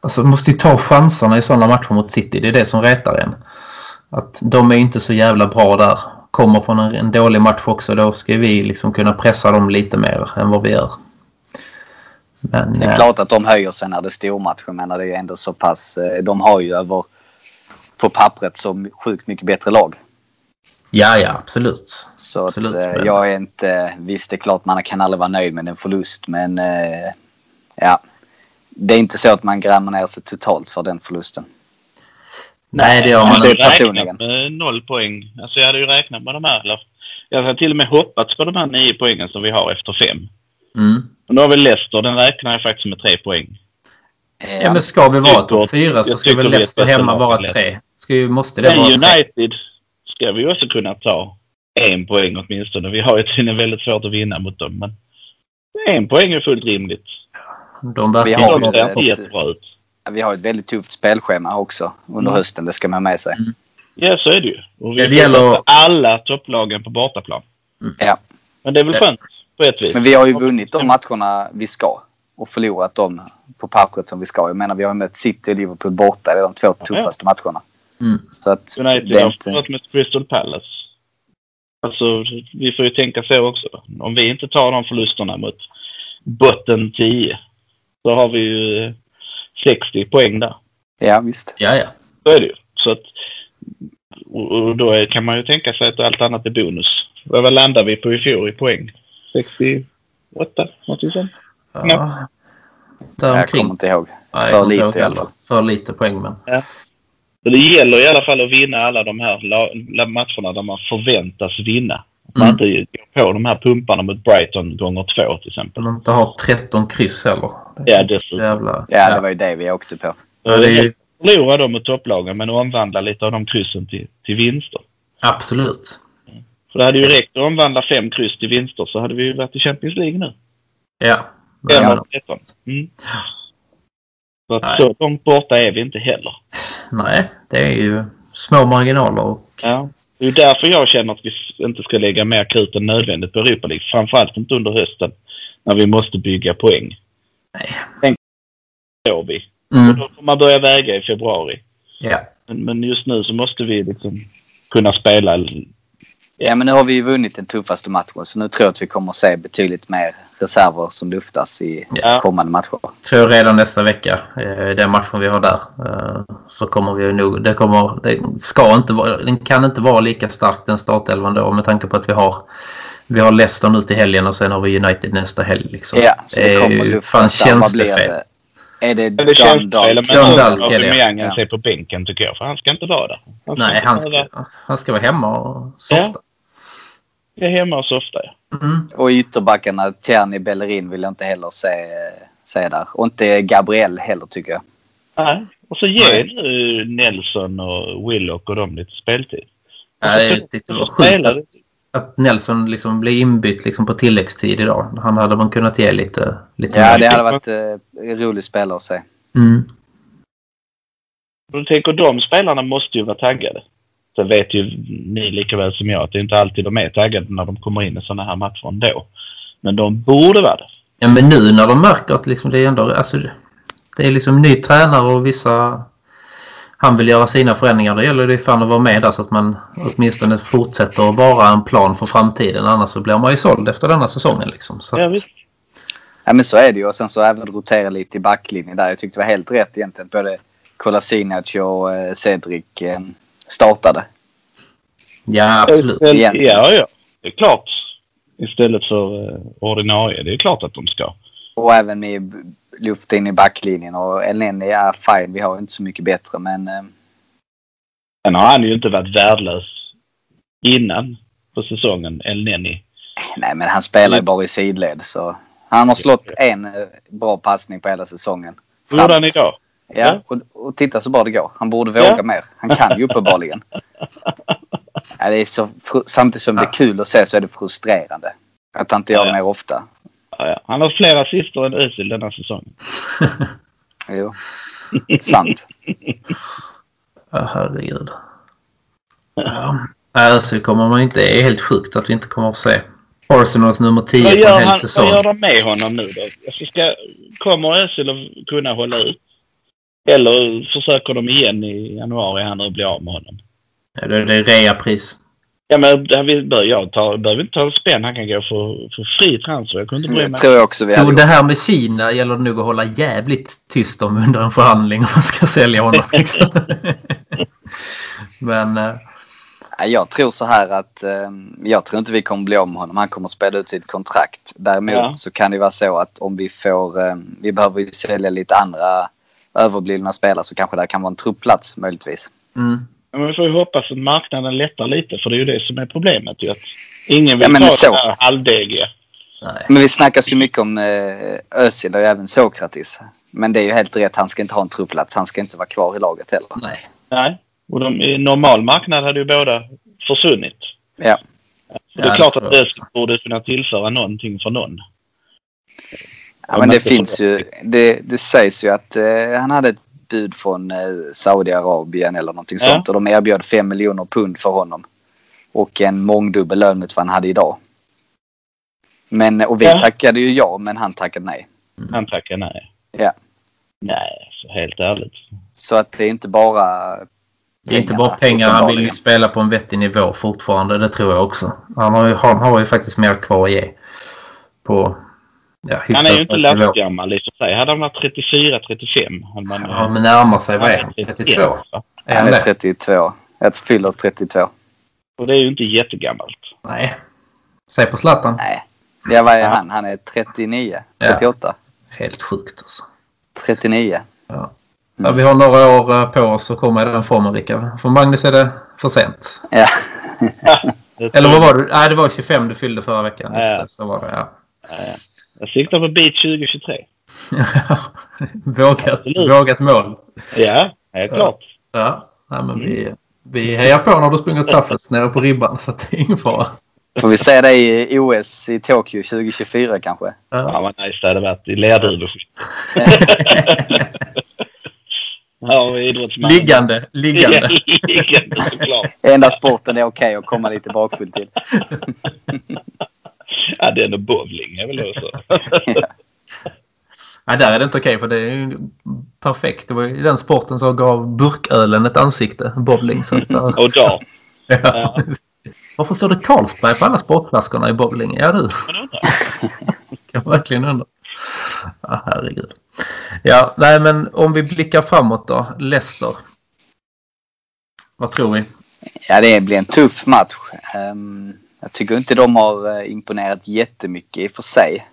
S3: Alltså måste ju ta chanserna i sådana matcher mot City. Det är det som retar en. Att de är ju inte så jävla bra där. kommer från en, en dålig match också. Då ska vi liksom kunna pressa dem lite mer än vad vi gör. Men,
S4: Det är
S3: eh,
S4: klart att de höjer sig när det är stormatcher. Jag menar, det är ju ändå så pass... eh, De har ju över... På pappret så sjukt mycket bättre lag.
S3: Ja, ja, absolut.
S4: Så att,
S3: Absolut,
S4: eh,
S3: men-
S4: jag är inte... Visst, det är klart man kan aldrig vara nöjd med en förlust, men... eh, Ja. Det är inte så att man grämer ner sig totalt för den förlusten.
S3: Nej, det gör man
S4: men
S1: inte.
S3: inte.
S4: det-
S1: Jag hade ju
S4: personligen.
S1: räknat med noll poäng. Alltså jag hade ju räknat med de här. Eller, jag hade till och med hoppats på de här nio poängen som vi har efter fem.
S3: Mm.
S1: Och nu har vi Leicester. Den räknar jag faktiskt med tre poäng.
S4: Eh,
S3: Ja, men ska vi vara
S1: tycker-
S3: topp fyra så
S1: jag
S3: ska
S1: tycker
S3: väl
S1: vi är
S3: Leicester
S1: bättre
S3: hemma
S1: lag
S3: vara
S1: än Leicester.
S3: tre? Ska ju, måste det
S1: Men
S3: vara tre?
S1: United ska vi också kunna ta en poäng åtminstone. Vi har ju tydligen väldigt svårt att vinna mot dem. Men en poäng är fullt rimligt.
S3: De verkar
S4: Vi
S3: ju
S4: har
S3: inte
S1: De
S4: ju
S1: ser
S3: vara
S4: det.
S1: inte
S3: topp.
S1: jättebra ut.
S4: Eh, Vi har ett väldigt tufft spelschema också under
S1: Mm.
S4: hösten. Det ska man med sig.
S3: Mm.
S1: Ja, så är det ju. Och vi
S3: Ja, det
S1: det
S3: gäller-
S1: gäller... alla topplagen på bortaplan.
S4: Ja.
S1: Men det är väl
S3: Ja.
S1: skönt på ett vis.
S4: Men vi har ju vunnit de matcherna vi ska och förlorat dem på pappret som vi ska. Jag menar, vi har ju mött City och Liverpool borta. Det är de två tuffaste matcherna.
S3: Mm.
S4: Så att
S1: United
S4: det är
S1: har
S4: inte...
S1: förlorat mot Crystal Palace. Alltså, vi får ju tänka så också. Om vi inte tar de förlusterna mot botten 10 så har vi ju 60 poäng där.
S4: Ja, visst.
S3: Ja, ja.
S1: Så är det ju. Så att, och och då är, kan man ju tänka sig att allt annat är bonus. Vad vad landar vi på i fjol i poäng? 68? Någonting sånt?
S3: ja.
S4: Jag kommer
S3: Däromkring.
S4: inte ihåg.
S3: Nej,
S4: för
S3: jag kommer inte
S4: lite
S3: ihåg
S4: i alla
S3: heller.
S4: fall.
S3: För lite poäng, men.
S1: Så det gäller i alla fall att vinna alla de här la, la matcherna där man förväntas vinna. Att man
S3: Mm.
S1: inte går på de här pumparna mot Brighton gånger två till exempel.
S3: Man inte har 13 kryss heller.
S1: Ja, dessutom.
S3: Jävla...
S4: Ja, det var ju det vi åkte på.
S3: Ja, det är ju...
S1: Förlora dem mot topplagen men omvandla lite av de kryssen till, till vinster.
S3: Absolut.
S1: För det hade ju räckt att omvandla fem kryss till vinster så hade vi ju varit i Champions League nu.
S3: Ja. Men,
S1: Eller 13. Mm. Så, att
S3: Nej.
S1: så långt borta är vi inte heller.
S3: Nej, det är ju små marginaler. och-
S1: Ja. Det är ju därför jag känner att vi inte ska lägga mer krut än nödvändigt på Europa League. Framförallt inte under hösten när vi måste bygga poäng.
S3: Nej.
S1: Får vi.
S3: Mm.
S1: Då får man börja väga i februari.
S3: Ja.
S1: Men, men just nu så måste vi liksom kunna spela.
S4: Ja, men nu har vi ju vunnit den tuffaste matchen. Så nu tror jag att vi kommer att se betydligt mer reserver som luftas i
S1: Ja.
S4: kommande matcher.
S3: tror redan nästa vecka, eh, den matchen vi har där, eh, så kommer vi nog... Det, kommer, det ska inte vara, den kan inte vara lika stark den startelvan då med tanke på att vi har, vi har Leicester nu till helgen och sen har vi United nästa helg. Liksom.
S4: Ja, så det kommer
S3: ju
S4: luftas där. Vad blir
S3: tjänstefel.
S4: det? Är det
S1: Det känns fel,
S4: Dundalk?
S1: men
S3: Dundalk
S1: Dundalk
S3: är det.
S1: Aubameyang
S4: Ja.
S1: sig på bänken tycker jag. För han ska inte vara där. ska
S3: Nej,
S1: inte
S3: han
S1: vara
S3: ska,
S1: där.
S3: han ska vara hemma och softa.
S1: Jag är hemma och softar. ja.
S3: Mm.
S4: Och ytterbackarna, Tierney Bellerin vill jag inte heller se, se där. Och inte Gabriel heller tycker jag.
S1: Nej. Och så ge
S3: Nej.
S1: nu Nelson och Willock och dem lite speltid.
S3: Ja, det är- det var sjukt att, att Nelson liksom blev inbytt liksom på tilläggstid idag. Han hade man kunnat ge lite, lite
S4: Ja,
S3: mer.
S4: det hade varit eh, en rolig spelare att se.
S3: Mm.
S1: Du tänker de spelarna måste ju vara taggade. Så vet ju ni lika väl som jag att det är inte alltid de är taggade när de kommer in i sådana här matcher ändå. Men de borde vara det.
S3: Ja, men nu när de märker att liksom det är ändå... Alltså, det är liksom ny tränare och vissa... Han vill göra sina förändringar. Då gäller det fan att vara med där så att man åtminstone fortsätter att vara en plan för framtiden. Annars så blir man ju såld efter denna säsongen. Liksom. Så,
S1: Ja,
S3: att-
S1: visst.
S4: Ja, men så är det ju. Och sen så även rotera lite i backlinjen där. Jag tyckte det var helt rätt egentligen. Både Kolasinac och eh, Cedric eh, startade.
S3: ja absolut.
S1: Ja,
S4: Egentligen.
S1: ja. Det är klart. Istället för eh, ordinarie. Det är klart att de ska.
S4: Och även med b- luft in i backlinjen. Och Elneny är fine. Vi har ju inte så mycket bättre. Men eh,
S1: Sen har han ju inte varit värdelös innan på säsongen, El Neni.
S4: nej, men han
S1: Mm.
S4: spelar ju bara i sidled. Så han har slått en eh, bra passning på hela säsongen.
S1: Hur gjorde han idag?
S4: Ja, och, och titta så bra det går. Han borde våga
S1: Ja.
S4: mer. Han kan ju uppenbarligen. ja, det är så fru- samtidigt som det är kul att se så är det frustrerande. Att han inte gör
S1: Ja.
S4: det mer ofta.
S1: Ja, ja. Han har fler assister än Özil denna säsongen.
S4: Jo. Sant.
S3: Ja, herregud. Ja. Alltså, kommer man inte... Det är helt sjukt att vi inte kommer att se Arsenals nummer 10
S1: Vad
S3: på en
S1: gör,
S3: hel
S1: han, vad gör
S3: säsong.
S1: de med honom nu då? Alltså ska, kommer Özil att kunna hålla ut? Eller försöker de igen i januari här nu och bli av med honom?
S3: Ja, Det det är reapris.
S1: Ja, men det här vill- bör jag ta, behöver inte ta en spänn. Han kan gå för, för fri transfer. Jag kunde inte bry
S4: Det
S1: mig.
S4: tror Mm, jag också vi
S3: Så
S4: hade
S3: det
S4: gjort.
S3: här med Kina gäller det nog att hålla jävligt tyst om under en förhandling om man ska sälja honom. Liksom. Men eh,
S4: Nej, Jag tror så här att eh, jag tror inte vi kommer bli om honom. Han kommer spela ut sitt kontrakt. Däremot
S1: Ja.
S4: så kan det vara så att om vi får, eh, vi behöver ju sälja lite andra överblivna spelare så kanske det kan vara en truppplats möjligtvis.
S3: mm,
S1: Ja, Men vi får ju hoppas att marknaden lättar lite för det är ju det som är problemet ju. Att ingen
S4: Ja,
S1: vill
S4: men
S1: ta
S4: så.
S1: det här halvdegiga.
S3: nej.
S4: Men vi snackas ju mycket om eh, Özil och även Sokratis. Men det är ju helt rätt. Han ska inte ha en truppplats. Han ska inte vara kvar i laget heller.
S3: nej.
S1: Nej. Och de, i normal marknad hade ju båda försvunnit.
S4: Ja.
S1: Så det är
S3: Ja,
S1: klart
S3: det tror
S1: att
S3: jag
S1: det borde kunna tillföra någonting för någon.
S4: Ja, men det
S1: Mbappé
S4: finns
S1: får-
S4: ju. Det, det sägs ju att eh, han hade ett bud från eh, Saudiarabien eller någonting
S1: Ja.
S4: sånt och de erbjöd 5 miljoner pund för honom. Och en mångdubbel lön mot vad han hade idag. Men, och vi
S1: Ja.
S4: tackade ju ja, men han tackade nej.
S3: Mm.
S1: Han tackar nej.
S4: Ja.
S1: Nej, så helt ärligt.
S4: Så att det är inte bara
S3: Det är inte bara pengar. Han vill liksom- ju spela på en vettig nivå fortfarande. Det tror jag också. Han har ju, han har ju faktiskt mer kvar att ge. På,
S1: Han
S3: ja,
S1: är
S3: hyfsat
S1: ju inte
S3: hög nivå.
S1: lastgammal i och för sig. Hade han varit 34, 35 hade man...
S3: Ja, men närmar sig. Vad är han?
S1: 31,
S3: 32?
S1: va?
S3: Är
S4: Han
S3: han
S4: är
S3: det?
S4: 32. Jag fyller 32.
S1: Och det är ju inte jättegammalt.
S3: Nej. Säg på Zlatan.
S4: Nej. Ja, vad är
S1: Ja.
S4: han? Han är 39.
S3: Ja.
S4: 38.
S3: Helt sjukt alltså.
S4: 39.
S3: Ja. Ja, vi har några år eh, på oss att komma i den formen, Rickard. För Magnus är det för sent.
S4: Ja.
S1: Det tror
S3: Eller vad var det? Nej, det var 25 du fyllde förra veckan. Just
S1: Ja.
S3: det, så var det, ja.
S1: jag. Jag siktar på beat 2023.
S3: vågat,
S1: Absolut.
S3: vågat mål.
S1: Ja, helt klart.
S3: Ja. Nej, men vi, vi hejar på när du springer toughest nere på ribban, så att det är ingen fara.
S4: Får vi se dig i OS i Tokyo 2024 kanske?
S1: Ja,
S3: Ja.
S1: vad nice det hade varit i lerduvor. Ja, idrottsman.
S3: Liggande, liggande.
S1: Liggande såklart.
S4: Enda sporten det är okej att komma lite bakfull till.
S1: Ja, det är nog bowling. är väl då så.
S3: Nej, där är det inte okej för det är ju perfekt. Det var ju i den sporten som gav burkölen ett ansikte, bowling. Så att där-
S1: Och då.
S3: Ja. Varför står det Carlsberg på alla sportflaskorna i bowling? Ja du. kan man verkligen undra. Ja, herregud. Ja, nej men om vi blickar framåt då. Leicester. Vad tror vi?
S4: Ja, det blir en tuff match. Ehm, jag tycker inte de har eh, imponerat jättemycket i och för sig.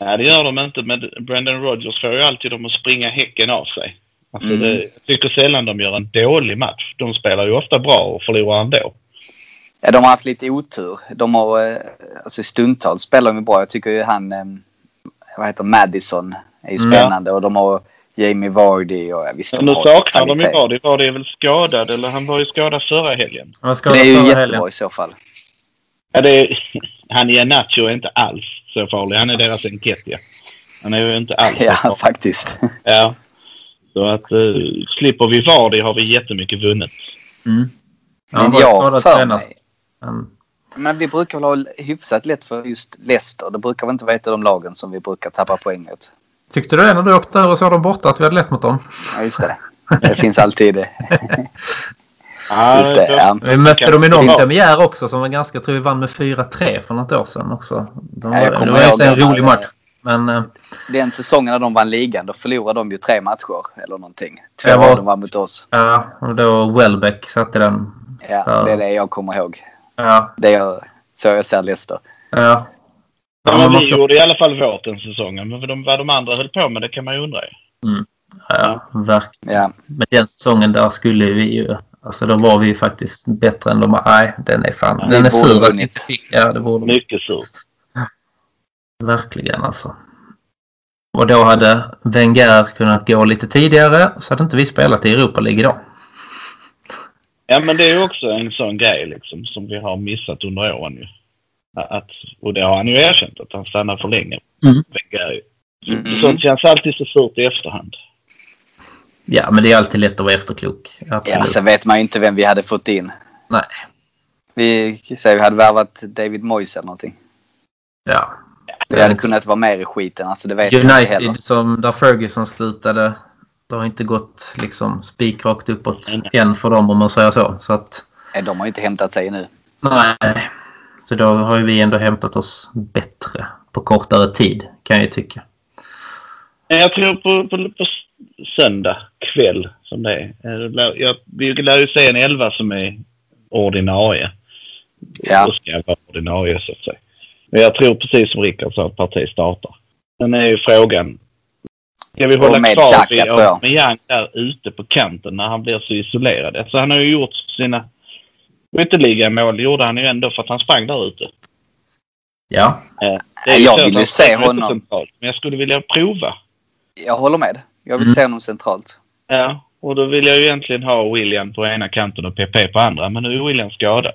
S1: Nej, det gör de inte. Men Brendan Rodgers får ju alltid dem att springa häcken av sig. Alltså,
S4: Mm.
S1: det, jag tycker sällan de gör en dålig match. De spelar ju ofta bra och förlorar ändå.
S4: Ja, de har haft lite otur. De har, eh, alltså stundtals spelar de ju bra. Jag tycker ju han, ehm, vad heter Madison, är ju
S3: Mm.
S4: spännande. Och de har Jamie Vardy och ja, visst
S1: Men nu
S4: har
S1: saknar de ju
S4: kvalitet.
S1: Vardy. Vardy är väl skadad? Eller han var ju skadad förra helgen.
S3: Vad ska
S4: Det är
S3: vi
S4: ju
S3: förra
S4: jättebra
S3: helgen?
S4: i så fall.
S1: Ja, det är, han i Nacho är inte alls så farlig. Han är deras Enketia. Han är ju inte alls så
S4: Ja,
S1: farlig.
S4: faktiskt.
S1: Ja. Så att eh, slipper vi Vardy har vi jättemycket vunnet.
S3: Mm. Ja,
S4: Men
S3: vad
S4: jag
S3: ska det
S4: för
S3: tränas?
S4: mig-
S3: Men,
S4: Men vi brukar väl ha hyfsat lätt för just Leicester. Det brukar väl inte vara ett av de lagen som vi brukar tappa poäng åt.
S3: Tyckte du det när du åkte över och såg dem borta att vi hade lätt mot dem?
S4: Ja, just det. Det finns alltid det.
S1: Ja,
S4: Just det. Ja.
S3: Vi mötte dem i någon
S1: Finns-
S3: premiär också som var ganska, tror vi vann med 4-3 för något år sedan också. De var,
S4: Ja, jag
S3: det
S4: kommer
S3: var ju
S4: ihåg
S3: en
S4: den här-
S3: rolig match. Men eh,
S4: Den säsongen när de vann ligan, då förlorade de ju tre matcher eller någonting. Två
S3: Jag var-
S4: av dem var mot oss.
S3: ja, och då Welbeck satte den.
S4: Ja,
S3: Ja.
S4: Det är det jag kommer ihåg.
S3: Ja,
S4: Det är jag, så jag ser Leicester.
S3: ja.
S1: Ja,
S3: Ja, men
S1: men
S3: man
S1: vi
S3: ska-
S1: gjorde i alla fall vårt den säsongen. Men vad de, vad de andra höll på med det kan man ju undra. ju.
S3: Ja, verkligen.
S4: Ja.
S3: Men den säsongen där skulle vi ju... Alltså då var vi ju faktiskt bättre än de... Nej, den är fan... den
S4: vi
S3: är
S4: borde
S3: sur att vi
S4: vunnit.
S3: inte fick... Ja, det borde vi.
S1: Mycket surt.
S3: Verkligen alltså. Och då hade Wenger kunnat gå lite tidigare så hade inte vi spelat i Europa League idag.
S1: Ja, men det är ju också en sån grej liksom som vi har missat under åren ju. Att, och det har han ju erkänt att han stannar för länge.
S3: Mm.
S1: Wenger ju.
S4: Mm.
S1: Sånt känns alltid så surt i efterhand.
S3: Ja, men det är alltid lätt att vara efterklok.
S4: ja,
S3: Absolut.
S4: sen vet man ju inte vem vi hade fått in.
S3: Nej.
S4: Vi säger vi hade värvat David Moyes eller någonting.
S3: Ja.
S4: Vi hade kunnat vara mer i skiten. Alltså, det vet man inte heller.
S3: United som där Ferguson slutade. Det har inte gått liksom spikrakt uppåt
S1: Nej, nej.
S3: än för dem om man säger så. Så att
S4: Nej, De har ju inte hämtat sig nu.
S3: Nej. Så då har ju vi ändå hämtat oss bättre på kortare tid kan jag ju tycka.
S1: Nej, Jag tror på, på, på s- söndag kväll som det är. Eh, det lär- Jag, vi lär ju se en elva som är ordinarie.
S4: Ja.
S1: Och ska vara ordinarie så att säga. Men jag tror precis som Rickard sa att partiet startar. Sen är ju frågan. Ska vi hålla
S4: med
S1: kvar
S4: Xhaka,
S1: vid
S4: tror jag.
S1: Aubameyang där ute på kanten när han blir så isolerad? Alltså han har ju gjort sina skytteligamål gjorde han ju ändå för att han sprang där ute.
S3: Ja.
S1: Det är ju
S4: Jag
S1: så att
S4: vill ju
S1: han
S4: se
S1: springer
S4: honom.
S1: inte centralt, Men jag skulle vilja prova.
S4: Jag håller med. Jag vill
S3: Mm.
S4: se honom centralt.
S1: Ja, och då vill jag ju egentligen ha William på ena kanten och PP på andra. Men nu är William skadad.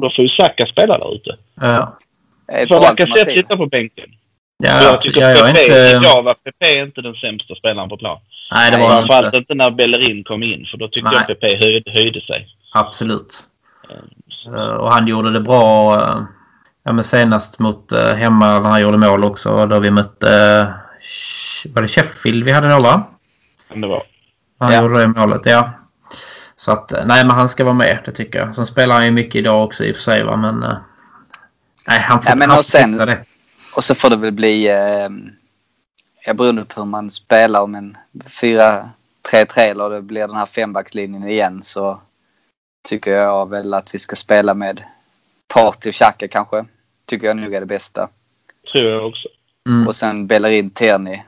S1: Då får ju Saka spela där ute.
S3: Ja,
S4: Det är ett
S1: Får
S4: bra
S1: Lacazette
S4: alternativ.
S1: sitta på bänken?
S3: ja,
S1: jag
S3: jag,
S1: tycker
S3: jag, är
S1: PP,
S3: inte...
S1: idag var PP inte den sämsta spelaren på plan.
S3: Nej, det var han
S1: Framförallt
S3: inte.
S1: inte när Bellerin kom in för då tyckte
S3: Nej.
S1: jag PP höjde, höjde sig.
S3: Absolut. Eh, Och han gjorde det bra eh, ja, men senast mot eh, hemma när han gjorde mål också. Då vi mötte... eh, Sh- Var det Sheffield vi hade då va?
S1: Men det var.
S3: Han
S4: Ja.
S3: gjorde det målet, ja. Så att, eh, nej men han ska vara med, det tycker jag. Sen spelar han ju mycket idag också i och för sig va, men... eh, Nej, han får,
S4: Ja, men
S3: han
S4: och
S3: får
S4: sen-
S3: fixa det.
S4: Och så får det väl bli... Eh, jag beroende på hur man spelar. Om en 4-3-3 eller det blir den här fembackslinjen igen så tycker jag väl att vi ska spela med Party och Xhaka kanske. Tycker jag nog är det bästa.
S1: Tror jag också.
S3: Mm.
S4: Och sen Bellerin, Terni.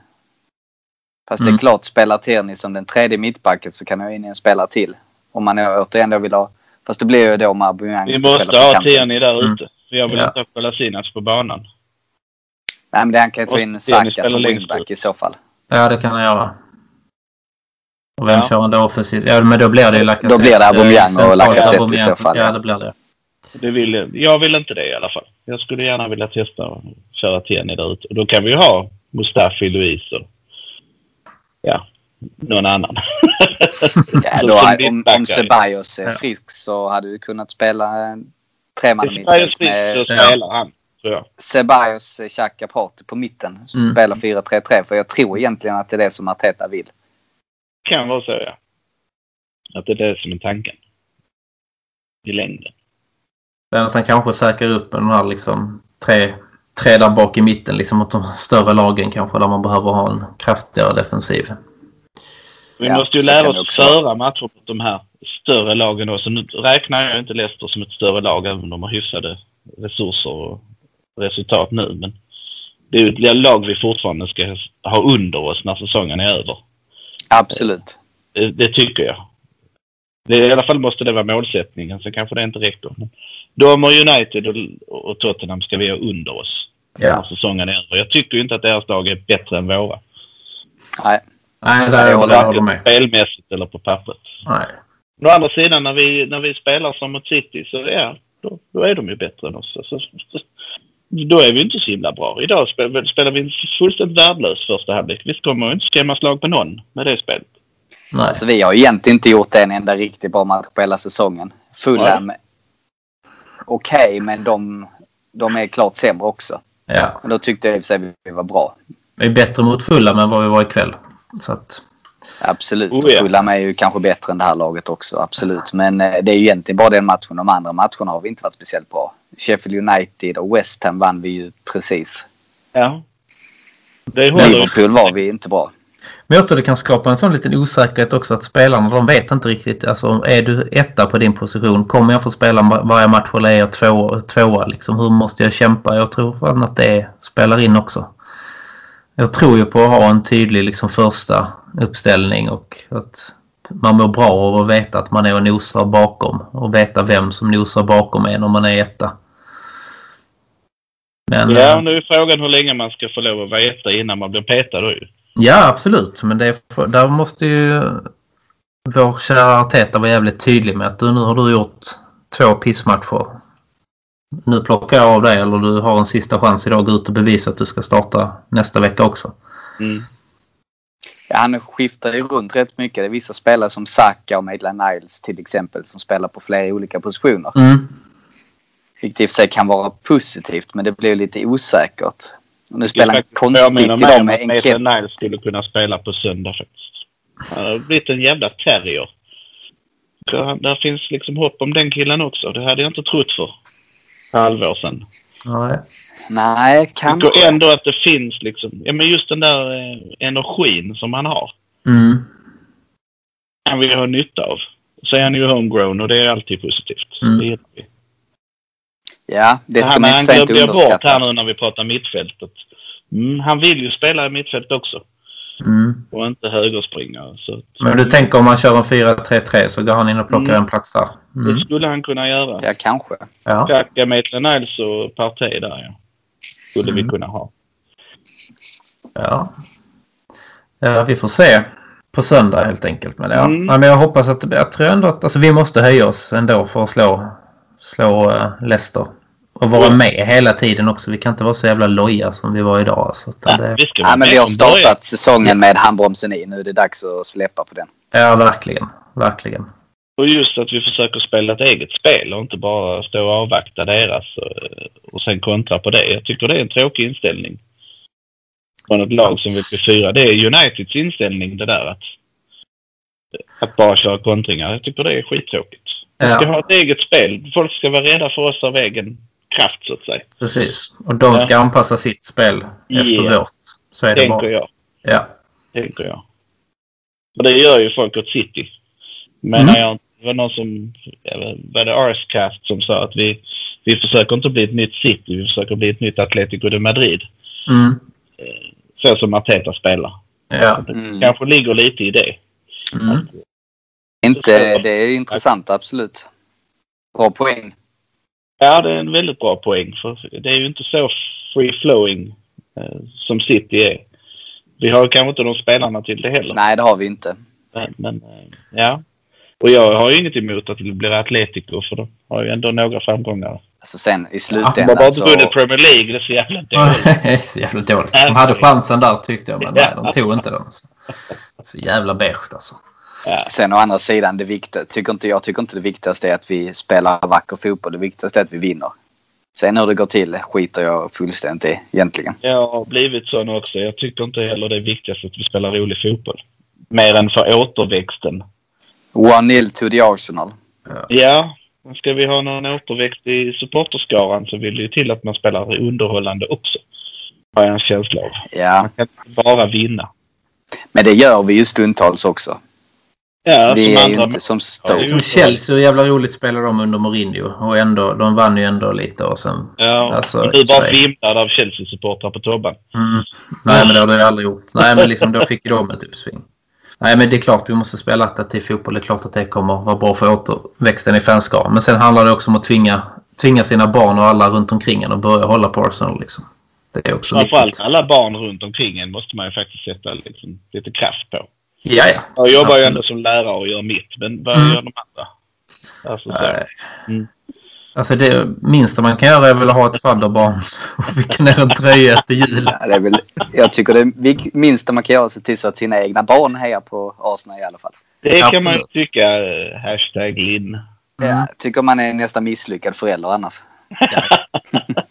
S4: Fast det är
S3: Mm.
S4: klart, spelar Terni som den tredje mittbacken så kan jag in en spelare till. Om man återigen då vill ha... Fast det blir ju då om Aubameyang
S1: Vi
S4: ska spela
S1: måste
S4: på
S1: ha
S4: kanten.
S1: Tierney där
S3: Mm.
S1: ute. För jag vill
S3: Ja.
S1: inte ha Kolasinac på banan.
S4: Nej, men det han kan ju ta in
S1: Och Tierney
S4: Saka
S1: spelar
S4: som
S1: längst
S4: wingback i så fall.
S3: Ja, det kan han göra. Och vem
S1: Ja.
S3: kör han då offensivt? Ja, men då blir det ju Lacazette. Eh,
S4: Då blir det Aubameyang och
S3: Centralt
S4: Lacazette i
S3: Aubameyang.
S4: så fall,
S3: Ja,
S4: ja.
S3: det blir det.
S1: Det vill, jag vill inte det i alla fall. Jag skulle gärna vilja testa att köra Tierney där ute. Och då kan vi ju ha Mustafi, Luis och ja, någon annan.
S4: Ja,
S1: Som
S4: då, hade- om
S1: mittbackar.
S4: om Ceballos är
S3: Ja.
S4: frisk så hade du kunnat spela en treman
S1: Det är
S4: mittfält
S1: fritt,
S4: med
S1: då spelar han. Tror jag.
S4: Ceballos, eh, Xhaka, Partey på mitten. Så
S3: Mm.
S4: Spela 4-3-3 för jag tror egentligen att det är det som Arteta vill.
S1: kan vara så ja. Att det är det som är tanken. I längden.
S3: Men att han kanske säkrar upp en här liksom tre, tre där bak i mitten liksom mot de större lagen kanske där man behöver ha en kraftigare defensiv.
S1: Vi
S4: Ja,
S1: måste ju
S4: det
S1: lära
S4: kan det
S1: oss
S4: också
S1: föra matcher mot de här större lagen också. Nu räknar jag inte Leicester som ett större lag även om de har hyfsade resurser och resultat nu. Men det är ju ett lag vi fortfarande ska ha under oss när säsongen är över.
S4: Absolut.
S1: Det, det tycker jag. Det, I alla fall måste det vara målsättningen. Sen kanske det inte räcker. Men de och United och, och Tottenham ska vi ha under oss när
S3: Ja.
S1: säsongen är över. Jag tycker ju inte att deras lag är bättre än våra.
S4: Nej.
S3: Nej, där
S4: Ja, det
S3: håller jag håller
S1: Varken
S3: med.
S1: Spelmässigt eller på pappret.
S3: Nej.
S1: Å andra sidan när vi, när vi spelar som mot City så ja, då, då är de ju bättre än oss. Alltså, då är vi inte så himla bra. Idag spelar, spelar vi en fullständigt värdelös första halvlek. Vi kommer ju inte skrämma slag på någon med det spelet.
S3: Nej.
S4: Alltså, vi har egentligen inte gjort en enda riktigt bra match på hela säsongen. Fulham, okej, men de, de är klart sämre också.
S3: Ja.
S4: Men då tyckte jag i och för sig vi var bra.
S3: Vi är bättre mot Fulham än vad vi var ikväll. Så att,
S4: Absolut.
S1: Oh, ja.
S4: Fulham är ju kanske bättre än det här laget också. Absolut. Men eh, det är ju egentligen bara den matchen. De andra matcherna har vi inte varit speciellt bra. Sheffield United och West Ham vann vi ju precis.
S1: Ja. Det håller
S4: Liverpool var vi inte bra.
S3: men jag tror det kan skapa en sån liten osäkerhet också att spelarna de vet inte riktigt. Alltså är du etta på din position? Kommer jag få spela ma- varje match eller är jag två, tvåa? Liksom? Hur måste jag kämpa? Jag tror fan att det spelar in också. Jag tror ju på att ha en tydlig liksom, första uppställning och att man mår bra av att veta att man är och nosar bakom och veta vem som nosar bakom en om man är etta. Men, eh,
S1: Ja, nu är frågan hur länge man ska få lov att veta innan man blir petad då ju.
S3: Ja, absolut. Men det är, för- där måste ju vår kära Arteta vara jävligt tydlig med att du, nu har du gjort två pissmatcher. Nu plockar jag av dig eller du har en sista chans idag att gå ut och bevisa att du ska starta nästa vecka också. Mm.
S4: Ja, han skiftar ju runt rätt mycket. Det är vissa spelare som Saka och Maitland Niles till exempel som spelar på flera olika positioner.
S3: Mm.
S4: Vilket i och för sig kan vara positivt men det blir lite osäkert. Och nu
S1: Det
S4: spelar han
S1: faktiskt
S4: konstigt
S1: påminner
S4: idag
S1: mig om
S4: med
S1: att Nathan
S4: Enketia.
S1: Niles skulle kunna spela på söndag faktiskt. Han har blivit en jävla terrier. Ja, där finns liksom hopp om den killen också. Det hade jag inte trott för halvår sedan.
S3: Nej.
S4: Nej,
S1: Jag
S4: kanske.
S1: tycker ändå att det finns liksom, ja men just den där eh, energin som han har.
S3: Mm.
S1: kan vi ha nytta av. Så är han ju homegrown och det är alltid positivt.
S3: Mm.
S1: Det gillar vi.
S4: Ja, det ska
S1: han
S4: man i och
S1: han
S4: för sig inte
S1: glömde jag bort här
S4: underskatta.
S1: nu när vi pratar mittfältet. Mm, han vill ju spela i mittfält också
S3: Mm.
S1: och inte högerspringare. Så att-
S3: Men du tänker om man kör en 4-3-3 så går han in och plockar en plats där? Mm.
S1: det skulle han kunna göra.
S4: Ja, kanske.
S3: Ja.
S1: Kaka, Maitland Niles och Partey där ja. Skulle vi
S3: Mm.
S1: kunna ha.
S3: Ja. ja, vi får se på söndag helt enkelt. Men, ja.
S1: Mm.
S3: Ja, men jag hoppas att jag tror ändå att alltså, vi måste höja oss ändå för att slå, slå eh, Leicester. Och
S1: Mm.
S3: vara med hela tiden också. Vi kan inte vara så jävla loja som vi var idag. Så att
S1: Ja,
S3: det,
S1: vi ska
S4: Ja,
S1: vara
S4: men
S1: med
S4: vi har
S1: från början.
S4: startat säsongen med handbromsen i. Nu är det dags att släppa på den.
S3: ja, verkligen. Verkligen.
S1: Och just att vi försöker spela ett eget spel och inte bara stå och avvakta deras eh, och sen kontra på det. Jag tycker det är en tråkig inställning. Från ett lag som vill bli fyra. Det är Uniteds inställning det där att, att bara köra kontringar. Jag tycker det är skittråkigt. Vi ska
S3: Ja.
S1: ha ett eget spel. Folk ska vara rädda för oss av egen kraft så att säga.
S3: Precis. Och de ska anpassa sitt spel efter
S1: Ja.
S3: vårt. Så är det
S1: Tänker
S3: bara.
S1: jag.
S3: Ja.
S1: Tänker jag. Och det gör ju folk åt City. Men
S3: Mm.
S1: när jag, det var någon som, eller var det Arscast som sa att vi, vi försöker inte bli ett nytt City, vi försöker bli ett nytt Atletico de Madrid.
S3: Mm.
S1: Så som Arteta spelar.
S3: Ja.
S4: Mm.
S1: Kanske ligger lite i det.
S3: Mm.
S4: Inte, det är intressant, absolut. Bra poäng.
S1: Ja, det är en väldigt bra poäng. För det är ju inte så free-flowing eh, som City är. Vi har kanske inte de spelarna till det heller.
S4: Nej, det har vi inte.
S1: Men, men eh, ja. Och jag har ju inget emot att det blir Atletico för de har ju ändå några framgångar.
S4: Alltså sen i
S1: De har
S4: slutändan
S1: bara inte
S4: så...
S1: vunnit Premier League. Det är så jävla dåligt.
S3: Det är så jävla dåligt. De hade chansen där tyckte jag, men nej, de tog inte den. Så, så jävla beige alltså.
S4: Sen å andra sidan, det viktiga, tycker inte, jag tycker inte det viktigaste är att vi spelar vacker fotboll. Det viktigaste är att vi vinner. Sen hur det går till skiter jag fullständigt i egentligen.
S1: Jag har blivit sån också. Jag tycker inte heller det är viktigast att vi spelar rolig fotboll. Mer än för återväxten.
S4: 1-0 to the Arsenal.
S1: Ja, men ska vi ha någon återväxt i supporterskaran så vill det ju till att man spelar underhållande också. Har jag en känsla av.
S4: Ja,
S1: Bara vinna.
S4: men det gör vi ju stundtals också.
S1: Ja,
S4: Vi
S1: som
S4: är ju
S1: andra-
S4: inte som
S1: Ja,
S4: Stoke.
S1: det är
S3: Som Chelsea, hur jävla roligt spelade de under Mourinho? Och ändå, de vann ju ändå lite och sen...
S1: Ja,
S3: Alltså,
S1: du bara
S3: så-
S1: vimlar av Chelsea-supportrar på Tobban.
S3: Mm. Nej, men det har de ju aldrig gjort. Nej, men liksom då fick ju de ett uppsving. Nej, men det är klart vi måste spela attraktiv fotboll. Det är klart att det kommer vara bra för återväxten i fanskaran. Men sen handlar det också om att tvinga, tvinga sina barn och alla runt omkring en att börja hålla på Arsenal. Liksom. Det är också
S1: Framförallt
S3: viktigt.
S1: alla barn runt omkring en måste man ju faktiskt sätta liksom, lite kraft på.
S3: Ja, ja.
S1: Jag jobbar ju
S3: Absolut.
S1: ändå som lärare och gör mitt, men vad
S3: Mm.
S1: gör de andra? Alltså, så.
S3: Nej.
S1: Mm.
S3: Alltså det minsta man kan göra är väl att ha ett fadderbarn och skicka ner en tröja till jul.
S4: Ja, det är väl, jag tycker det vik- minsta man kan göra är att se till så att sina egna barn hejar på Arsenal i alla fall.
S1: Det kan man ju
S3: Absolut.
S1: tycka, eh, hashtag Linn.
S3: Mm.
S4: Jag tycker man är nästan misslyckad förälder annars.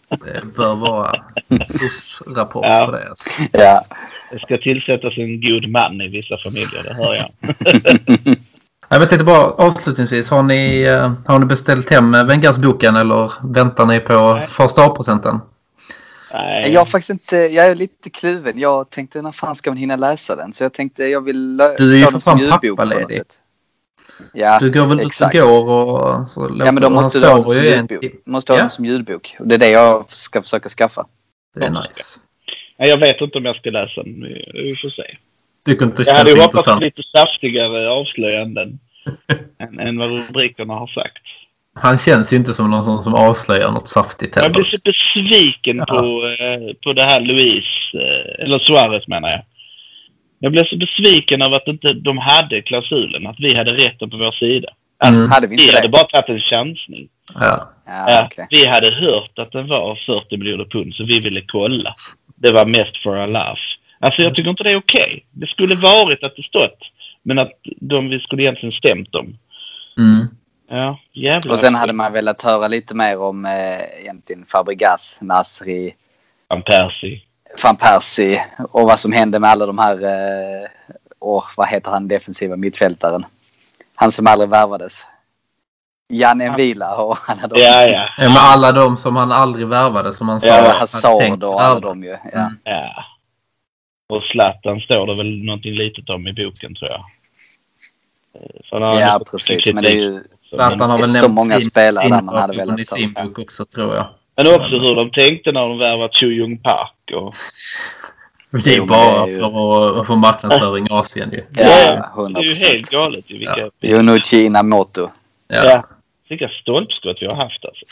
S3: Det bör vara SOS-rapport
S1: Ja.
S3: på det. Alltså.
S4: Ja.
S1: Det ska tillsättas en god man i vissa familjer, det hör jag.
S3: Nej, men jag tänkte bara avslutningsvis. Har ni, eh, har ni beställt hem eh, Wengers boken eller väntar ni på
S1: Nej.
S3: första A-procenten?
S1: Nej.
S4: Jag har faktiskt inte, jag är lite kluven. Jag tänkte när fan ska man hinna läsa den? Så jag tänkte jag vill lö-
S3: Du är ju
S4: ta
S3: för fan
S4: den som ljudbok på
S3: pappaledig.
S4: något sätt. Ja,
S3: Du går väl ut och
S4: exakt.
S3: går och så låter
S4: Ja men då
S3: och
S4: måste du
S3: han
S4: ha den
S3: sover
S4: som
S3: ju en
S4: ljudbok.
S3: timme.
S4: Måste ha
S3: Ja.
S4: den som ljudbok. Och det är det jag ska försöka skaffa.
S3: Det är nice.
S1: Nej, jag vet inte om jag ska läsa den. Vi- Vi får se.
S3: Tycker inte det
S1: Jag hade
S3: känns
S1: ju hoppats på
S3: intressant?
S1: lite saftigare avslöjanden än, än vad rubrikerna har sagt.
S3: Han känns ju inte som någon sån som avslöjar något saftigt
S1: Jag blir
S3: heller.
S1: så besviken på, eh, på det här Luis, eh, eller Suarez menar jag. Jag blev så besviken över att inte de hade klausulen, att vi hade rätten på vår sida.
S3: Mm.
S4: Hade vi
S1: Vi
S4: inte
S1: hade
S4: det?
S1: bara tagit en chansning.
S3: Ja.
S4: Ja, okej.
S1: Vi hade hört att den var 40 miljoner pund så vi ville kolla. Det var mest för our laugh. Alltså jag tycker inte det är okej. Det skulle varit att det stått. Men att de, vi skulle egentligen stämt dem.
S3: Mm.
S1: Ja, jävlar.
S4: Och sen hade man velat höra lite mer om eh, egentligen Fabregas, Nasri,
S1: Van Persie.
S4: van Persie och vad som hände med alla de här... Eh, och vad heter han defensiva mittfältaren? Han som aldrig värvades. Janne Vila och alla de.
S1: Ja, ja.
S3: Ja, Med alla de som han aldrig värvade som han sa.
S1: Ja,
S3: att
S4: Ja,
S3: han
S4: Hazard
S3: tänkte
S4: och alla
S3: värva.
S4: de ju. Ja.
S3: Mm.
S1: ja. Och Zlatan står det väl någonting litet om i boken, tror jag. Eh, Så han har
S4: Ja,
S1: fått
S4: precis.
S1: kritik
S4: Men det är ju...
S1: också, men-
S3: Zlatan har
S4: Det är
S3: väl
S4: så
S3: nämnt
S4: många
S3: sin,
S4: spelare
S3: sin
S4: där man hade
S3: bakgrund
S4: velat
S3: i
S4: ta.
S3: sin bok också tror jag.
S1: Men också hur de tänkte när de värvade Chu Jung Park. Och...
S3: Det är
S4: Jo, men
S3: bara
S4: det är ju-
S3: för att få marknadsföring i Asien ju.
S4: Ja,
S1: Det är ju
S4: 100%.
S1: helt galet ju vilka,
S4: Junuchi Inamoto.
S1: ja. vilka stolpskott vi har haft alltså.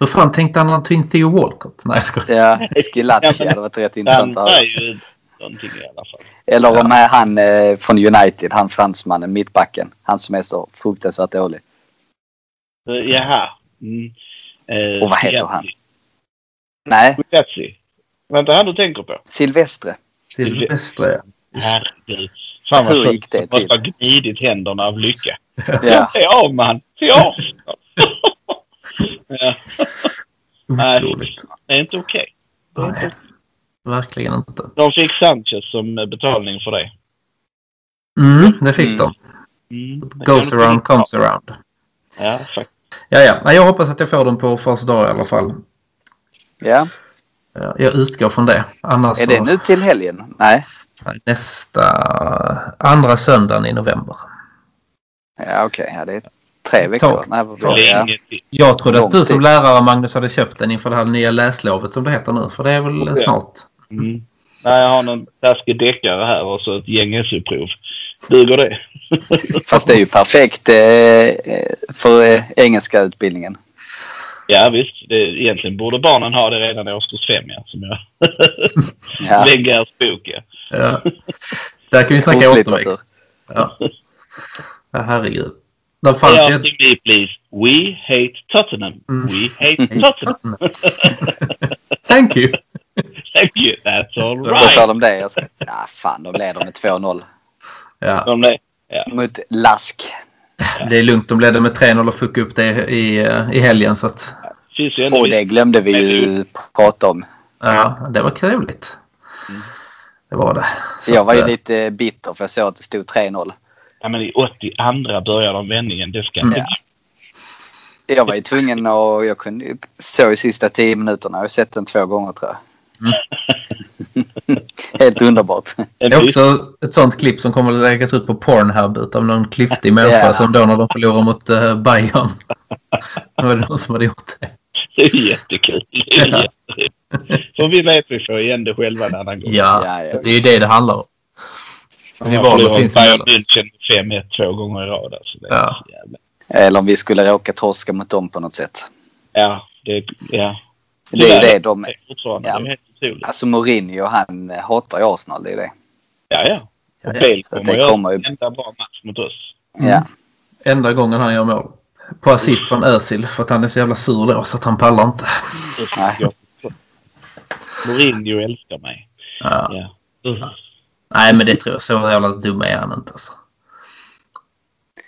S3: Hur fan tänkte han när han tog in Theo Walcott? Nej jag skojar.
S4: Ja,
S1: Ja,
S4: Skilacci
S1: men-
S4: hade varit rätt intressant
S1: Han
S4: att höra.
S1: är ju någonting i alla fall.
S4: Eller om han eh, från United, han fransmannen, mittbacken. Han som är så fruktansvärt dålig.
S1: Så, Jaha. Mm. Eh,
S4: Och vad heter han? Nej,
S1: Bugatti. Var inte han du tänker på?
S4: Silvestre.
S3: Det är det bästa ja.
S1: Herregud. Fan vad
S4: Hur
S1: skönt.
S4: gick det
S1: Man
S4: till?
S1: har gnidit händerna av lycka.
S4: Ja.
S1: Det är av man. Det är av. ja, Nej.
S3: Otroligt.
S1: det är inte okej. Det är inte
S3: Nej,
S1: okej.
S3: verkligen inte.
S1: De fick Sanchez som betalning för det.
S3: Mm, det fick
S4: Mm.
S3: de.
S1: Mm. det kan
S3: Goes
S1: du-
S3: around comes around.
S1: Ja, faktiskt.
S3: Ja, ja. Nej, Jag hoppas att jag får den på första dag i alla fall.
S4: Ja.
S3: Ja, Jag utgår från det. Annars
S4: Är det
S3: så-
S4: nu till helgen? Nej.
S3: nästa andra söndagen i november.
S4: Ja, okej. Ja, det är tre
S3: Ta-
S4: veckor. Nej, vad blir det? Ja.
S1: Länge till.
S3: Jag trodde
S4: Lång
S3: att du som
S4: tid.
S3: lärare Magnus hade köpt den inför det här nya läslovet som det heter nu. För det är väl
S1: Ja.
S3: snart.
S1: Mm. Nej, jag har någon taskig deckare här och så ett gäng SU-prov. Duger det?
S4: Fast det är ju perfekt eh, för eh, engelska utbildningen.
S1: Ja visst, det, egentligen borde barnen ha det redan i årskurs fem ja, som jag
S4: Ja.
S1: lägger ers bok ja.
S3: Ja. Där kan vi snacka
S4: Kurslitteratur.
S3: återväxt. Ja. ja, herregud. Där fanns
S1: Say
S3: ju
S1: after me please. We hate Tottenham.
S3: Mm.
S1: We hate Tottenham.
S3: ett... Thank you.
S1: Thank you. That's all
S4: Vad sa
S1: right.
S4: de det? Jag sa, ja, fan, de leder med 2-0
S3: Ja,
S1: De där-
S4: mot Lask.
S3: det är lugnt. De ledde med 3-0 och fick upp det i, i helgen. Så att,
S1: finns ju ändå
S4: Och det glömde vi ju prata om.
S3: ja, det var trevligt. Det var det. Så
S4: Jag var ju
S3: att, eh,
S4: lite bitter för jag såg att det stod 3-0.
S1: ja, men i 82 börjar de vändningen. Det ska
S3: Mm.
S1: ja.
S4: Jag var ju tvungen och jag kunde ju- såg ju sista 10 minuterna. Jag har sett den två gånger tror jag.
S3: Mm.
S4: Helt underbart.
S3: Det är också ett sånt klipp som kommer att läggas ut på Pornhub utav någon klyftig människa
S4: Ja.
S3: som då när de förlorar mot uh, Bayern. det var det någon som hade gjort det.
S1: Det är jättekul. Det är
S3: Ja.
S1: jätteroligt. För vi vet vi får igen det själva en annan gång.
S3: Ja,
S4: Ja, ja.
S3: det är ju det det handlar om. Vi
S1: Man
S3: valde
S1: förlorar
S3: sinsemellan.
S1: Bayern München 5-1 två gånger i rad. Alltså. Det är
S3: Ja.
S1: så jävla-
S4: Eller om vi skulle råka torska mot dem på något sätt.
S1: ja, det, ja.
S4: Det är
S1: Tyvärr.
S4: ju det de...
S1: Det är fortfarande.
S4: Ja.
S1: Det är helt otroligt.
S4: Alltså Mourinho han eh, hatar ju Arsenal. Det är det.
S1: Ja, ja. Och Bale
S3: Ja,
S4: så att
S1: kommer
S4: det
S1: att göra
S4: kommer ju-
S1: en enda bra match mot oss.
S4: Ja.
S3: Enda gången han gör mål. På assist från Özil för att han är så jävla sur då så att han pallar inte.
S1: Det ska
S4: Nej.
S1: jag- Mourinho älskar mig.
S3: Ja.
S1: Ja. Uff.
S3: Nej men det tror jag. Så jävla dum är han inte alltså.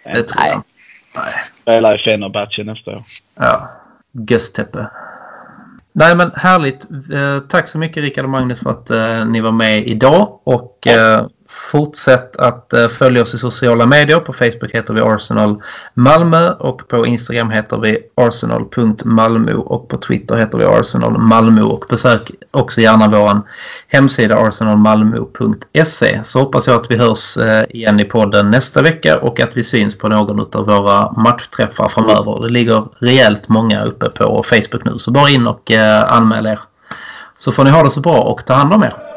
S3: Det tror jag
S4: Nej.
S3: inte. Nej.
S1: Spelar i Fenerbahce nästa år.
S3: Ja. Gösteppe. Nej men härligt. Eh, tack så mycket Rickard och Magnus för att eh, ni var med idag. Och eh, fortsätt att eh, följa oss i sociala medier. På Facebook heter vi Arsenal Malmö och på Instagram heter vi arsenal.malmo och på Twitter heter vi Arsenal Malmö och besök också gärna vår hemsida arsenalmalmo.se så hoppas jag att vi hörs eh, igen i podden nästa vecka och att vi syns på någon av våra matchträffar framöver. Det ligger rejält många uppe på Facebook nu så bara in och eh, anmäl er. Så får ni ha det så bra och ta hand om er.